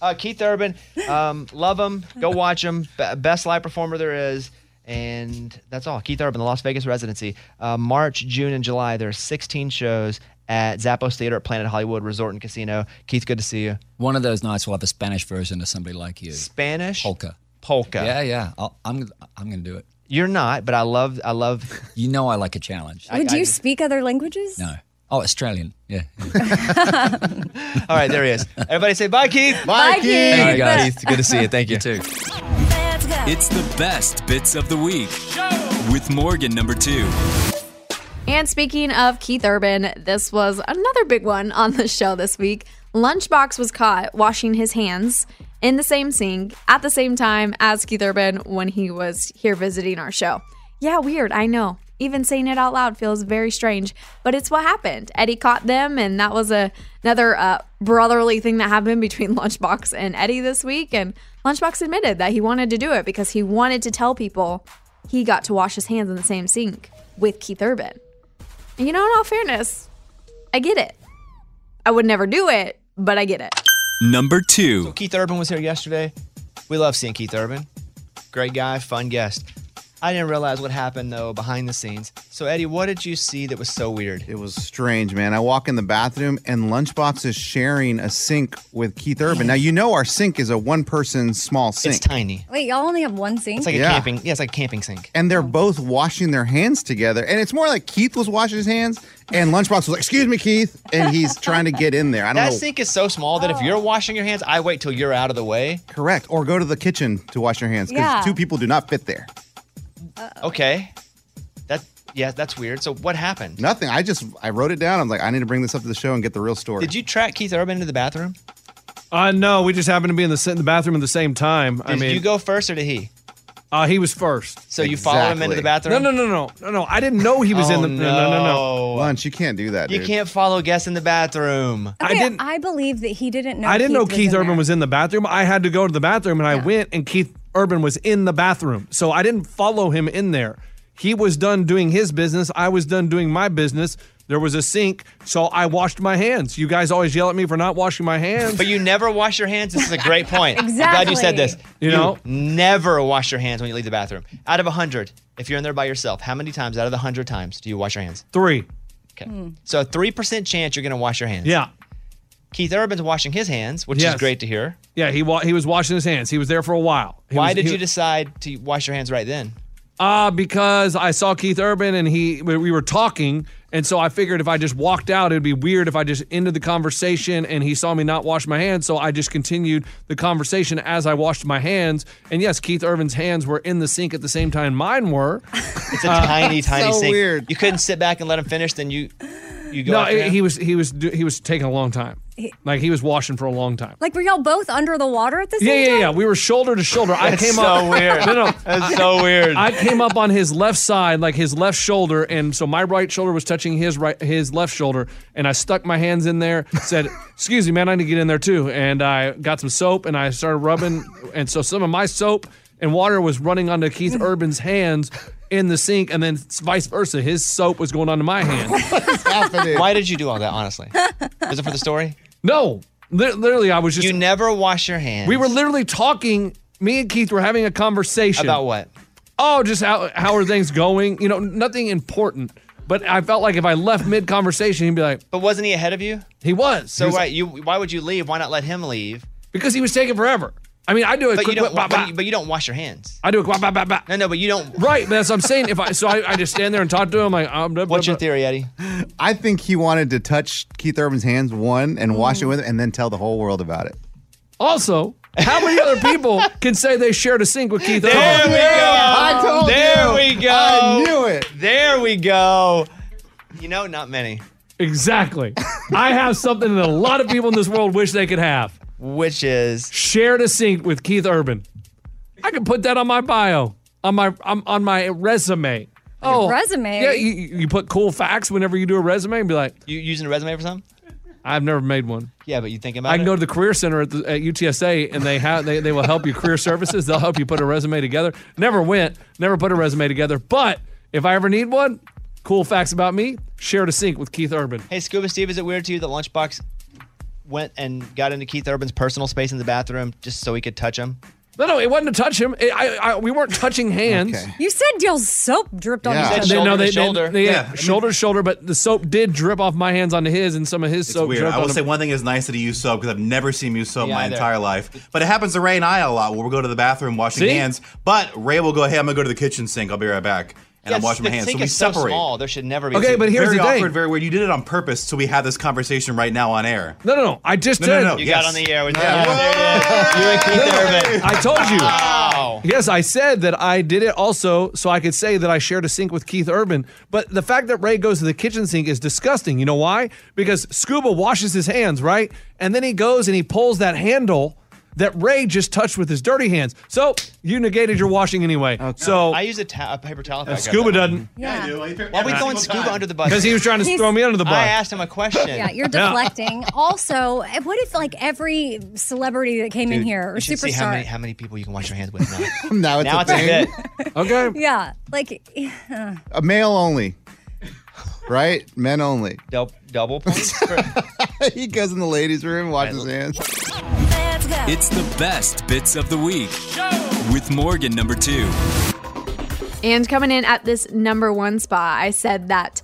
S4: Uh, Keith Urban, um, love him. Go watch him. Be- best live performer there is. And that's all. Keith Urban, the Las Vegas residency. Uh, March, June, and July. There are 16 shows at Zappos Theater at Planet Hollywood Resort and Casino. Keith, good to see you.
S16: One of those nights we'll have a Spanish version of somebody like you.
S4: Spanish
S16: polka.
S4: Polka.
S16: Yeah, yeah. I'll, I'm I'm gonna do it.
S4: You're not, but I love I love.
S16: You know I like a challenge.
S6: Would you speak other languages?
S16: No. Oh, Australian. Yeah.
S4: All right, there he is. Everybody say bye, Keith.
S16: Bye, Keith. Keith.
S4: All right,
S16: Bye.
S4: Keith. Good to see you. Thank you.
S16: too.
S1: It's the best bits of the week with Morgan number two.
S2: And speaking of Keith Urban, this was another big one on the show this week. Lunchbox was caught washing his hands in the same sink at the same time as Keith Urban when he was here visiting our show. Yeah, weird, I know. Even saying it out loud feels very strange, but it's what happened. Eddie caught them, and that was a, another uh, brotherly thing that happened between Lunchbox and Eddie this week. And Lunchbox admitted that he wanted to do it because he wanted to tell people he got to wash his hands in the same sink with Keith Urban. And you know, in all fairness, I get it. I would never do it, but I get it.
S1: Number two.
S4: Keith Urban was here yesterday. We love seeing Keith Urban. Great guy, fun guest. I didn't realize what happened though behind the scenes. So Eddie, what did you see that was so weird?
S7: It was strange, man. I walk in the bathroom and Lunchbox is sharing a sink with Keith Urban. Now you know our sink is a one-person small sink.
S4: It's tiny.
S6: Wait, y'all only have one sink?
S4: Yeah, it's like a camping sink.
S7: And they're both washing their hands together, and it's more like Keith was washing his hands, and Lunchbox was like, "Excuse me, Keith," and he's trying to get in there. I don't
S4: That
S7: know.
S4: sink is so small that if you're washing your hands, I wait till you're out of the way.
S7: Correct. Or go to the kitchen to wash your hands because
S4: Yeah.
S7: two people do not fit there.
S4: Okay. That yeah, that's weird. So what happened?
S7: Nothing. I just I wrote it down. I'm like, I need to bring this up to the show and get the real story.
S4: Did you track Keith Urban into the bathroom?
S9: Uh, no, we just happened to be in the, sit- in the bathroom at the same time. I
S4: Did
S9: mean,
S4: you go first or did he?
S9: Uh, he was first.
S4: So you followed him into the bathroom?
S9: No, no, no, no, no, no. I didn't know he was in
S4: Oh,
S9: the. No, no, no.
S4: no.
S7: Lunch, you can't do that.
S4: Oh. You can't follow guests in the bathroom.
S6: Okay, I, believe that he didn't know.
S9: I didn't know
S6: was
S9: Keith
S6: in
S9: Urban
S6: there.
S9: was in the bathroom. I had to go to the bathroom, and I went, and Keith Urban was in the bathroom. So I didn't follow him in there. He was done doing his business. I was done doing my business. There was a sink, so I washed my hands. You guys always yell at me for not washing my hands.
S4: But you never wash your hands. This is a great point. I'm glad you said this.
S9: Exactly. You know?
S4: never wash your hands when you leave the bathroom. Out of 100, if you're in there by yourself, how many times out of the 100 times do you wash your hands?
S9: Three.
S4: Okay.
S6: Hmm.
S4: So a 3% chance you're going to wash your hands.
S9: Yeah.
S4: Keith Urban's washing his hands, which
S9: Yes.
S4: is great to hear.
S9: Yeah, he wa- he was washing his hands. He was there for a while. He
S4: Why
S9: was-
S4: did
S9: he-
S4: you decide to wash your hands right then?
S9: Uh, because I saw Keith Urban and he we we were talking, and so I figured if I just walked out, it'd be weird if I just ended the conversation and he saw me not wash my hands, so I just continued the conversation as I washed my hands. And yes, Keith Urban's hands were in the sink at the same time mine were.
S4: It's a tiny, tiny sink. You couldn't sit back and let him finish, then you you go.
S9: No,
S4: after
S9: it-
S4: him?
S9: he was he was do- he was taking a long time.
S6: He-
S9: Like he was washing for a long time.
S6: Like, were y'all both under the water at the
S9: Yeah,
S6: same
S9: yeah, yeah. We were shoulder to shoulder. I
S6: That's
S9: came
S6: so
S9: up.
S6: weird.
S9: No, no.
S6: That's
S9: I-
S6: so weird.
S9: I came up on his left side, like his left shoulder, and so my right shoulder was touching his right, his left shoulder, and I stuck my hands in there. Said, "Excuse me, man, I need to get in there too." And I got some soap, and I started rubbing, and so some of my soap and water was running onto Keith Urban's hands in the sink, and then vice versa. His soap was going onto my hand.
S4: Why did you do all that, honestly? Is it for the story?
S9: No. Li- Literally, I was just.
S4: You never wash your hands.
S9: We were literally talking. Me and Keith were having a conversation
S4: About what?
S9: Oh, just how how are things going? You know, nothing important. But I felt like if I left mid conversation, he'd be like,
S4: But wasn't he ahead of you?
S9: He was.
S4: So
S9: He was-
S4: why you why would you leave? Why not let him leave?
S9: Because he was taking forever. I mean, I do it
S4: But you
S9: quick,
S4: don't.
S9: but-
S4: But,
S9: but-
S4: you, but you don't wash your hands.
S9: I do a quack, bah, bah, bah.
S4: No, no, but you don't.
S9: Right, but that's what I'm saying. If I so I, I just stand there and talk to him like, I'm,
S7: What's your
S4: theory, Eddie?
S7: I think he wanted to touch Keith Urban's hands one and wash it
S4: Mm.
S7: with him, and then tell the whole world about it.
S9: Also, how many other people can say they shared a sink with Keith? There
S4: we go.
S7: I told
S4: there
S7: you.
S4: we go.
S7: I knew it.
S4: There we go. You know, not many.
S9: Exactly. I have something that a lot of people in this world wish they could have,
S4: which is
S9: shared a sink with Keith Urban. I can put that on my bio, on my on, on my resume. Oh,
S6: resume?
S9: Yeah, you, you you put cool facts whenever you do a resume and be like,
S4: You using a resume for something?
S9: I've never made one.
S4: Yeah, but you thinking about
S9: I can
S4: it?
S9: go to the career center at, the, at UTSA and they have they, they will help you career services. They'll help you put a resume together. Never went, never put a resume together. But if I ever need one, cool facts about me, shared a sink with Keith Urban.
S4: Hey, Scuba Steve, is it weird to you that Lunchbox went and got into Keith Urban's personal space in the bathroom just so he could touch him?
S9: No, no, it wasn't to touch him. It- I, I, we weren't touching hands.
S6: You said your soap dripped on
S9: They-
S6: each other.
S9: no, they- they- they- yeah, shoulder to shoulder, but the soap did drip off my hands onto his, and some of his
S17: It's
S9: soap
S17: weird.
S9: dripped
S17: I will
S9: onto-
S17: say one thing is nice that he used soap because I've never seen him use soap
S9: Yeah,
S17: my
S9: either.
S17: entire life. But it happens to Ray and I a lot where we'll go to the bathroom
S9: See?
S17: washing hands. But Ray will go, hey, I'm going to go to the kitchen sink. I'll be right back. And I'm
S4: Yes,
S17: washing my
S4: the
S17: hands. So
S4: sink
S17: we
S4: is so
S17: separate.
S4: small, there should never be a
S9: Okay,
S4: sink.
S9: but here's
S17: very
S9: the thing.
S17: awkward, very weird. You did it on purpose, so we have this conversation right now on air.
S9: No, no, no. I just
S17: No,
S9: did.
S17: no, no. You got
S4: on the air with
S17: Yeah.
S4: You and Keith Urban.
S9: I told you. Yes, I said that I did it also so I could say that I shared a sink with Keith Urban. But the fact that Ray goes to the kitchen sink is disgusting. You know why? Because Scuba washes his hands, right? And then he goes and he pulls that handle that Ray just touched with his dirty hands. So you negated your washing anyway. So
S4: I use a, ta- a paper towel. if
S9: Uh,
S4: I got
S9: Scuba
S4: that.
S9: doesn't.
S6: Yeah,
S4: Why are we throwing Scuba under the bus?
S9: 'Cause he was trying to He's- throw me under the bus.
S4: I asked him a question.
S6: Yeah, you're deflecting. Also, eh, what if like every celebrity that came in
S4: Dude,
S6: here or
S4: you should see how many
S6: superstar?
S4: how many people you can wash your hands with
S7: now
S4: now.
S7: it's
S4: now
S7: a
S4: it's a
S7: thing.
S4: bit.
S9: okay.
S6: Yeah, like uh,
S7: A male only, right? Men only.
S4: Double, double points.
S7: he goes in the ladies' room, washes his hands.
S1: It's the best bits of the week with Morgan number two.
S2: And coming in at this number one spot, I said that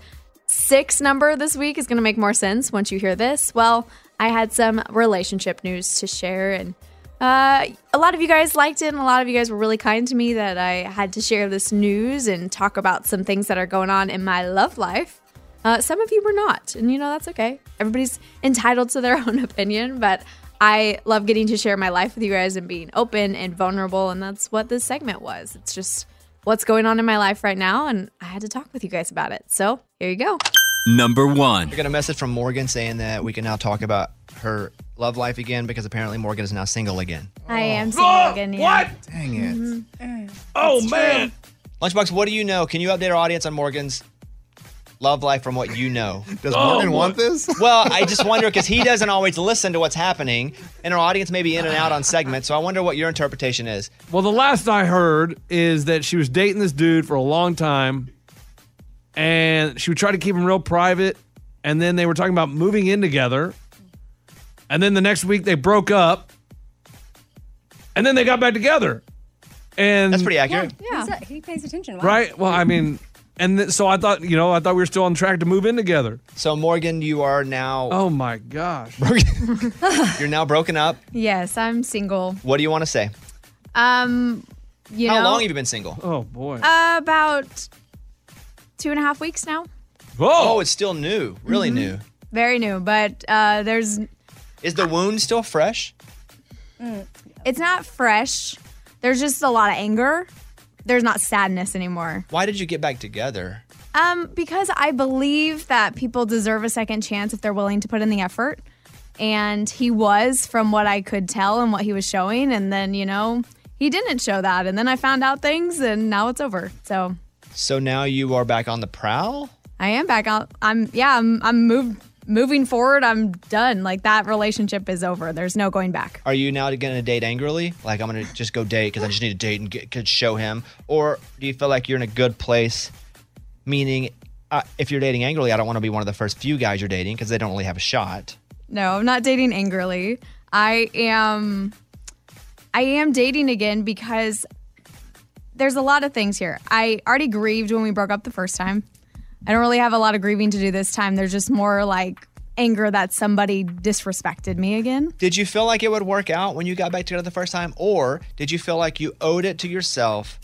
S2: six number this week is going to make more sense once you hear this. Well, I had some relationship news to share, and uh, a lot of you guys liked it, and a lot of you guys were really kind to me that I had to share this news and talk about some things that are going on in my love life. Uh, some of you were not, and you know, that's okay. Everybody's entitled to their own opinion, but I love getting to share my life with you guys and being open and vulnerable, and that's what this segment was. It's just what's going on in my life right now, and I had to talk with you guys about it. So here you go.
S1: Number one.
S4: I got a message from Morgan saying that we can now talk about her love life again because apparently Morgan is now single again.
S2: I am single again. Yeah. Mm-hmm. What?
S7: Dang it.
S9: Oh man.
S4: Lunchbox, what do you know? Can you update our audience on Morgan's love life from what you know?
S7: Does
S9: Oh,
S7: Morgan want this?
S4: Well, I just wonder because he doesn't always listen to what's happening, and our audience may be in and out on segments. So I wonder what your interpretation is.
S9: Well, the last I heard is that she was dating this dude for a long time and she would try to keep him real private. And then they were talking about moving in together. And then the next week they broke up. And then they got back together. And that's pretty
S4: accurate.
S6: yeah, he's a- he pays attention. Wow.
S9: Right? Well, I mean, and th- so I thought, you know, I thought we were still on track to move in together.
S4: So Morgan, you are now.
S9: Oh my gosh.
S4: You're now broken up.
S2: Yes, I'm single.
S4: What do you want to say?
S2: Um, you
S4: How
S2: know,
S4: long have you been single?
S9: Oh boy.
S2: Uh, about two and a half weeks now.
S4: Oh, it's still new. Really
S7: Mm-hmm.
S4: new.
S2: Very new, but uh, there's
S4: Is the wound still fresh?
S2: Mm. it's not fresh. There's just a lot of anger. There's not sadness anymore.
S4: Why did you get back together?
S2: Um, because I believe that people deserve a second chance if they're willing to put in the effort. And he was, from what I could tell and what he was showing. And then, you know, he didn't show that. And then I found out things and now it's over. So
S4: So now you are back on the prowl?
S2: I am back out. I'm, yeah, I'm, I'm moved, moving forward. I'm done. Like that relationship is over. There's no going back.
S4: Are you now going to date angrily? Like, I'm going to just go date because I just need to date and get, could show him? Or do you feel like you're in a good place? Meaning, uh, if you're dating angrily, I don't want to be one of the first few guys you're dating because they don't really have a shot.
S2: No, I'm not dating angrily. I am I am dating again because there's a lot of things here. I already grieved when we broke up the first time. I don't really have a lot of grieving to do this time. There's just more like anger that somebody disrespected me again.
S4: Did you feel like it would work out when you got back together the first time, or did you feel like you owed it to yourself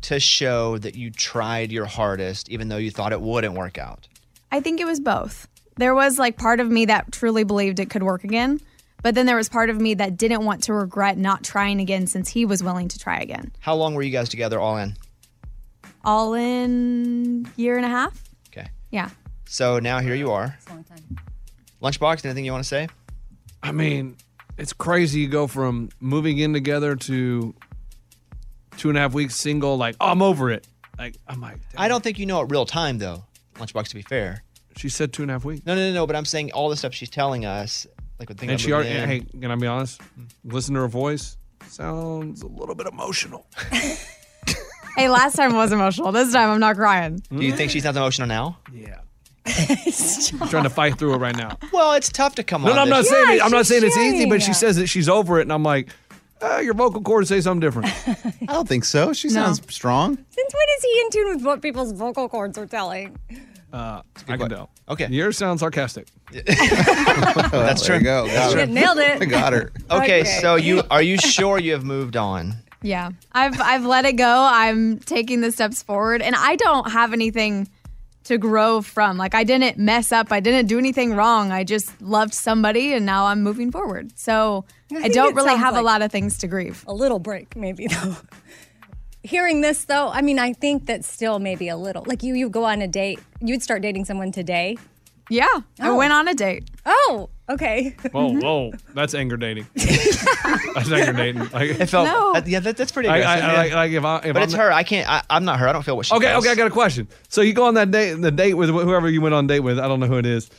S4: to show that you tried your hardest, even though you thought it wouldn't work out?
S2: I think it was both. There was like part of me that truly believed it could work again, but then there was part of me that didn't want to regret not trying again since he was willing to try again.
S4: How long were you guys together all in?
S2: All in year and a half.
S4: Okay.
S2: Yeah.
S4: So now here you are. Lunchbox, anything you want to say?
S9: I mean, it's crazy. You go from moving in together to two and a half weeks single. Like "Oh, I'm over it. Like I'm like
S4: I don't think you know at real time though, Lunchbox. To be fair,
S9: she said two and a half weeks.
S4: No, no, no, no. But I'm saying all the stuff she's telling us, like with things.
S9: and she already. Hey, can I be honest? Listen to her voice. Sounds a little bit emotional.
S2: Hey, last time was emotional. This time I'm not crying.
S4: Do you think she's not emotional now?
S9: Yeah. I'm trying to fight through it right now.
S4: Well, it's tough to come
S9: No,
S4: on.
S9: no, I'm not
S4: this-
S9: saying it- I'm not saying it's easy, but she says that she's over it, and I'm like, ah, your vocal cords say something different.
S7: I don't think so. She
S6: No.
S7: sounds strong.
S6: Since when is he in tune with what people's vocal cords are telling?
S9: Uh, I can tell.
S4: Okay.
S9: Yours sounds sarcastic. Oh,
S4: That's true.
S7: There you go. Got
S6: her. Nailed it. I got
S7: her.
S4: Okay,
S2: Okay.
S4: so you are you sure you have moved on?
S2: Yeah. I've I've let it go. I'm taking the steps forward and I don't have anything to grow from. Like I didn't mess up. I didn't do anything wrong. I just loved somebody and now I'm moving forward. So
S6: I
S2: I,
S6: think
S2: don't
S6: it
S2: really
S6: sounds
S2: have a
S6: like
S2: lot of things to grieve.
S6: A little break, maybe though. Hearing this though, I mean, I think that still maybe a little. Like you, you go on a date. You'd start dating someone today.
S2: Yeah, I went on a date.
S6: Oh, okay.
S9: Whoa, whoa, that's anger dating. that's anger dating. Like,
S4: It felt uh, yeah, that, that's pretty
S9: I-
S4: aggressive.
S9: I- I
S4: yeah.
S9: like- like if I- if
S4: but
S9: I'm
S4: it's
S9: the-
S4: her. I can't. I, I'm not her. I don't feel what she.
S9: okay,
S4: feels.
S9: okay, I got a question. So you go on that date, the date with wh- whoever you went on date with. I don't know who it is,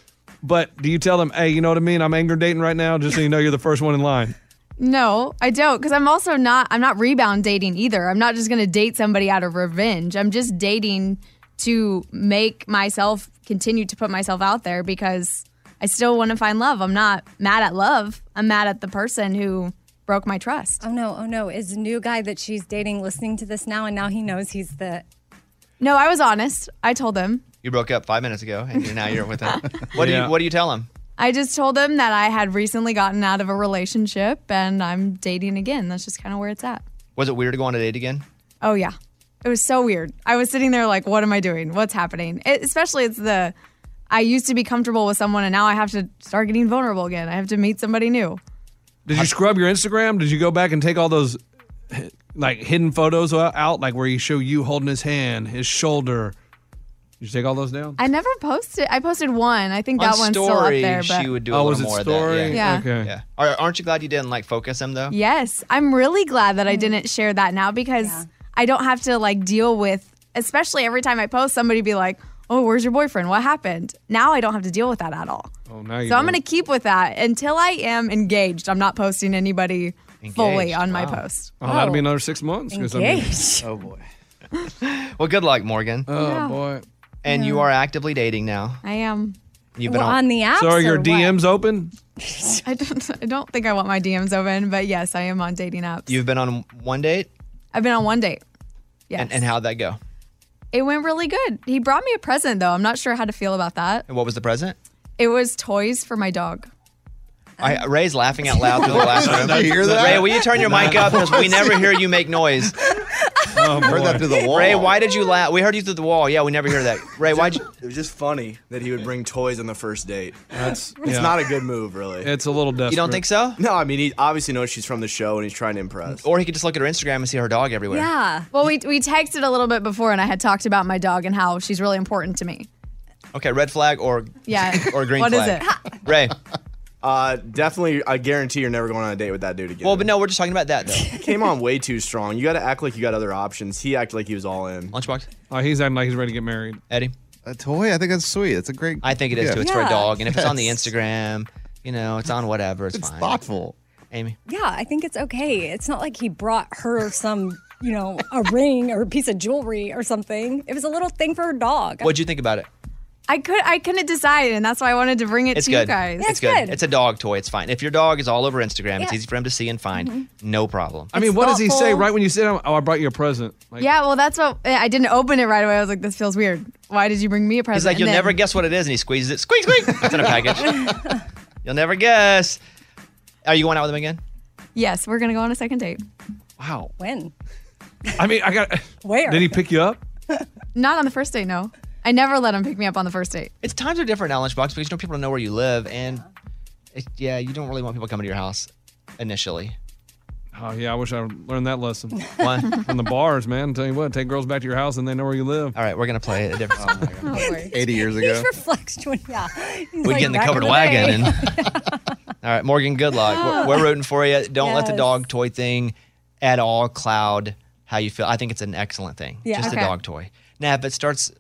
S9: but do you tell them, hey, you know what I mean? I'm anger dating right now, just so you know, you're the first one in line.
S2: No, I don't cuz I'm also not I'm not rebound dating either. I'm not just going to date somebody out of revenge. I'm just dating to make myself continue to put myself out there because I still want to find love. I'm not mad at love. I'm mad at the person who broke my trust.
S6: Oh no, oh no. Is the new guy that she's dating listening to this now and now he knows he's the
S2: No, I was honest. I told him.
S4: You broke up five minutes ago, and you're- now you're with him. What do
S9: Yeah.
S4: you What do you tell him?
S2: I just told him that I had recently gotten out of a relationship and I'm dating again. That's just kind of where it's at.
S4: Was it weird to go on a date again?
S2: Oh yeah. It was so weird. I was sitting there like, what am I doing? What's happening? It, especially it's the I used to be comfortable with someone and now I have to start getting vulnerable again. I have to meet somebody new.
S9: Did you scrub your Instagram? Did you go back and take all those like hidden photos o- out, like where you show you holding his hand, his shoulder? Did you take all those down?
S2: I never posted. I posted one. I think that
S4: on
S2: one's
S4: story,
S2: still up there. But
S4: she would do a
S9: Oh,
S4: little
S9: was it
S4: more of that.
S9: story?
S2: Yeah.
S9: Okay.
S4: Yeah. Are, aren't you glad you didn't like focus him though?
S2: Yes, I'm really glad that I didn't share that now because I don't have to like deal with, especially every time I post, somebody be like, "Oh, where's your boyfriend? What happened?" Now I don't have to deal with that at all.
S9: Oh, now you
S2: so I'm
S9: do.
S2: gonna keep with that until I am engaged. I'm not posting anybody fully
S4: Engaged,
S2: on my
S4: wow.
S2: post.
S9: Oh, that'll be another six months. 'cause I mean-
S4: oh boy. well, good luck, Morgan.
S9: Oh boy.
S4: And you are actively dating now.
S2: I am.
S4: You've been on,
S9: So are your DMs open?
S2: I don't. I don't think I want my DMs open, but yes, I am on dating apps.
S4: You've been on one date.
S2: I've been on one date. Yes.
S4: And, and how'd that go?
S2: It went really good. He brought me a present though. I'm not sure how to feel about that.
S4: And what was the present?
S2: It was toys for my dog.
S4: I, Ray's laughing out loud through the last room.
S7: Did you hear that?
S4: Ray, will you turn your mic up? Because we never hear you make noise.
S7: Heard that through the wall.
S4: Ray, why did you laugh? We heard you through the wall. Yeah, we never hear that. Ray, why'd you?
S18: It was just funny that he would bring toys on the first date.
S9: That's
S18: it's
S9: yeah.
S18: not a good move, really.
S9: It's a little desperate.
S18: You don't think
S4: so?
S18: No, I mean he obviously knows she's from the show and he's trying to impress.
S4: Or he could just look at her Instagram and see her dog everywhere.
S2: Yeah. Well, we we texted a little bit before, and I had talked about my dog and how she's really important to me.
S4: Okay, red flag or
S2: Yeah.
S4: or green
S2: What is
S4: flag.
S2: it?
S4: it, Ray?
S18: Uh, definitely, I guarantee you're never going on a date with that dude again.
S4: Well, but no, we're just talking about that though.
S18: He came on way too strong. You got to act like you got other options. He acted like he was all in.
S4: Lunchbox.
S9: Oh, he's acting like he's ready to get married.
S4: Eddie.
S7: A toy? I think that's sweet. It's a great.
S4: I think it is
S7: gift.
S4: too. It's for a dog, and if it's on the Instagram, you know, it's on whatever. It's, fine.
S7: thoughtful.
S4: Amy.
S6: Yeah, I think it's okay. It's not like he brought her some, you know, a ring or a piece of jewelry or something. It was a little thing for her dog.
S4: What'd you think about it?
S8: I could I couldn't decide, and that's why I wanted to bring it
S4: It's
S8: to
S4: good.
S8: you guys.
S4: it's good. It's a dog toy. It's fine. If your dog is all over Instagram, it's
S8: Yeah.
S4: easy for him to see and find.
S8: Mhm.
S4: No problem.
S9: I mean, what does he say right when you sit down? Oh, I brought you a present. Like,
S8: yeah, well, that's what eh, I didn't open it right away. I was like, "This feels weird. Why did you bring me a present?"
S4: He's like,
S8: And
S4: you'll
S8: then-
S4: never guess what it is, and he squeezes it. Squeak, squeak. It's in a package. you'll never guess. Are you going out with him again?
S8: Yes, we're gonna go on a second date.
S9: Wow.
S8: When?
S9: I mean, I got.
S8: Where?
S9: Did he pick you up?
S8: Not on the first date. No, I never let him pick me up on the first date.
S4: It's times are different now, Lunchbox, because you know people know where you live, and it, yeah, you don't really want people coming to your house initially.
S9: Oh yeah, I wish I learned that lesson.
S4: One
S9: from the bars, man. Tell you what, take girls back to your house and they know where you live.
S4: All right, we're gonna play a different song.
S9: Eighty years
S6: Oh, He's reflects to yeah. He's
S4: We'd
S6: like,
S4: get in the
S6: back
S4: covered
S6: day. Oh.
S4: wagon. And, all right, Morgan, good luck. We're, we're rooting for you. Don't let the
S6: Yes.
S4: dog toy thing at all cloud how you feel. I think it's an excellent thing.
S6: Yeah.
S4: Just
S6: Okay.
S4: a dog toy. Now, if it starts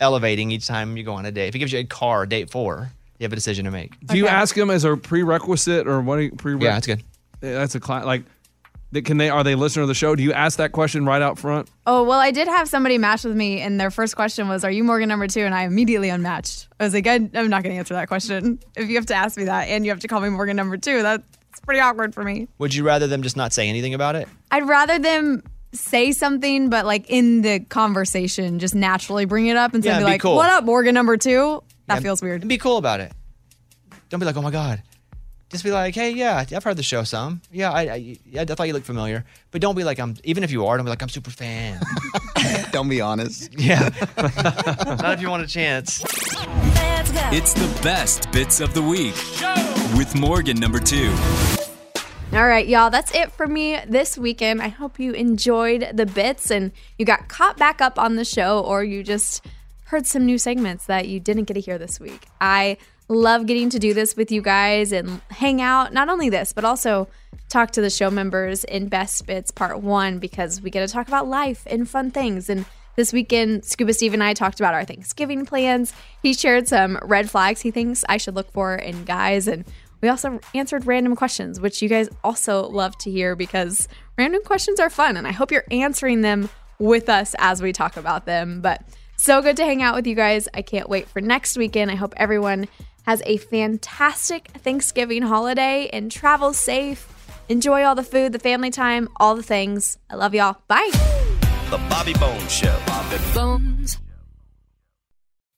S4: elevating each time you go on a date, if it gives you a car date four, you have a decision to make.
S9: Do you ask him as a prerequisite or what? Prerequisite?
S4: Yeah, that's good.
S9: That's a cli Like, they, can they? Are they listening to the show? Do you ask that question right out front?
S8: Oh well, I did have somebody match with me, and their first question was, "Are you Morgan number two? And I immediately unmatched. I was like, I, "I'm not going to answer that question. If you have to ask me that, and you have to call me Morgan number two, that's pretty awkward for me."
S4: Would you rather them just not say anything about it?
S8: I'd rather them say something, but like in the conversation, just naturally bring it up and
S4: Yeah,
S8: say,
S4: be
S8: like,
S4: cool.
S8: "What up, Morgan number two? That
S4: Yeah,
S8: feels weird.
S4: And be cool about it. Don't be like, oh my God. Just be like, hey, yeah, I've heard the show some. Yeah, I, I, yeah, I thought you looked familiar. But don't be like, I'm, even if you are, don't be like, I'm super fan.
S7: Don't be honest.
S4: Yeah. Not if you want a chance.
S1: It's the best bits of the week with Morgan number two.
S2: All right, y'all, that's it for me this weekend. I hope you enjoyed the bits and you got caught back up on the show or you just heard some new segments that you didn't get to hear this week. I love getting to do this with you guys and hang out. Not only this, but also talk to the show members in Best Bits Part 1 because we get to talk about life and fun things. And this weekend, Scuba Steve and I talked about our Thanksgiving plans. He shared some red flags he thinks I should look for in guys and we also answered random questions, which you guys also love to hear because random questions are fun and I hope you're answering them with us as we talk about them. But so good to hang out with you guys. I can't wait for next weekend. I hope everyone has a fantastic Thanksgiving holiday and travel safe. Enjoy all the food, the family time, all the things. I love y'all. Bye.
S5: The Bobby Bones Show. Bobby Bones.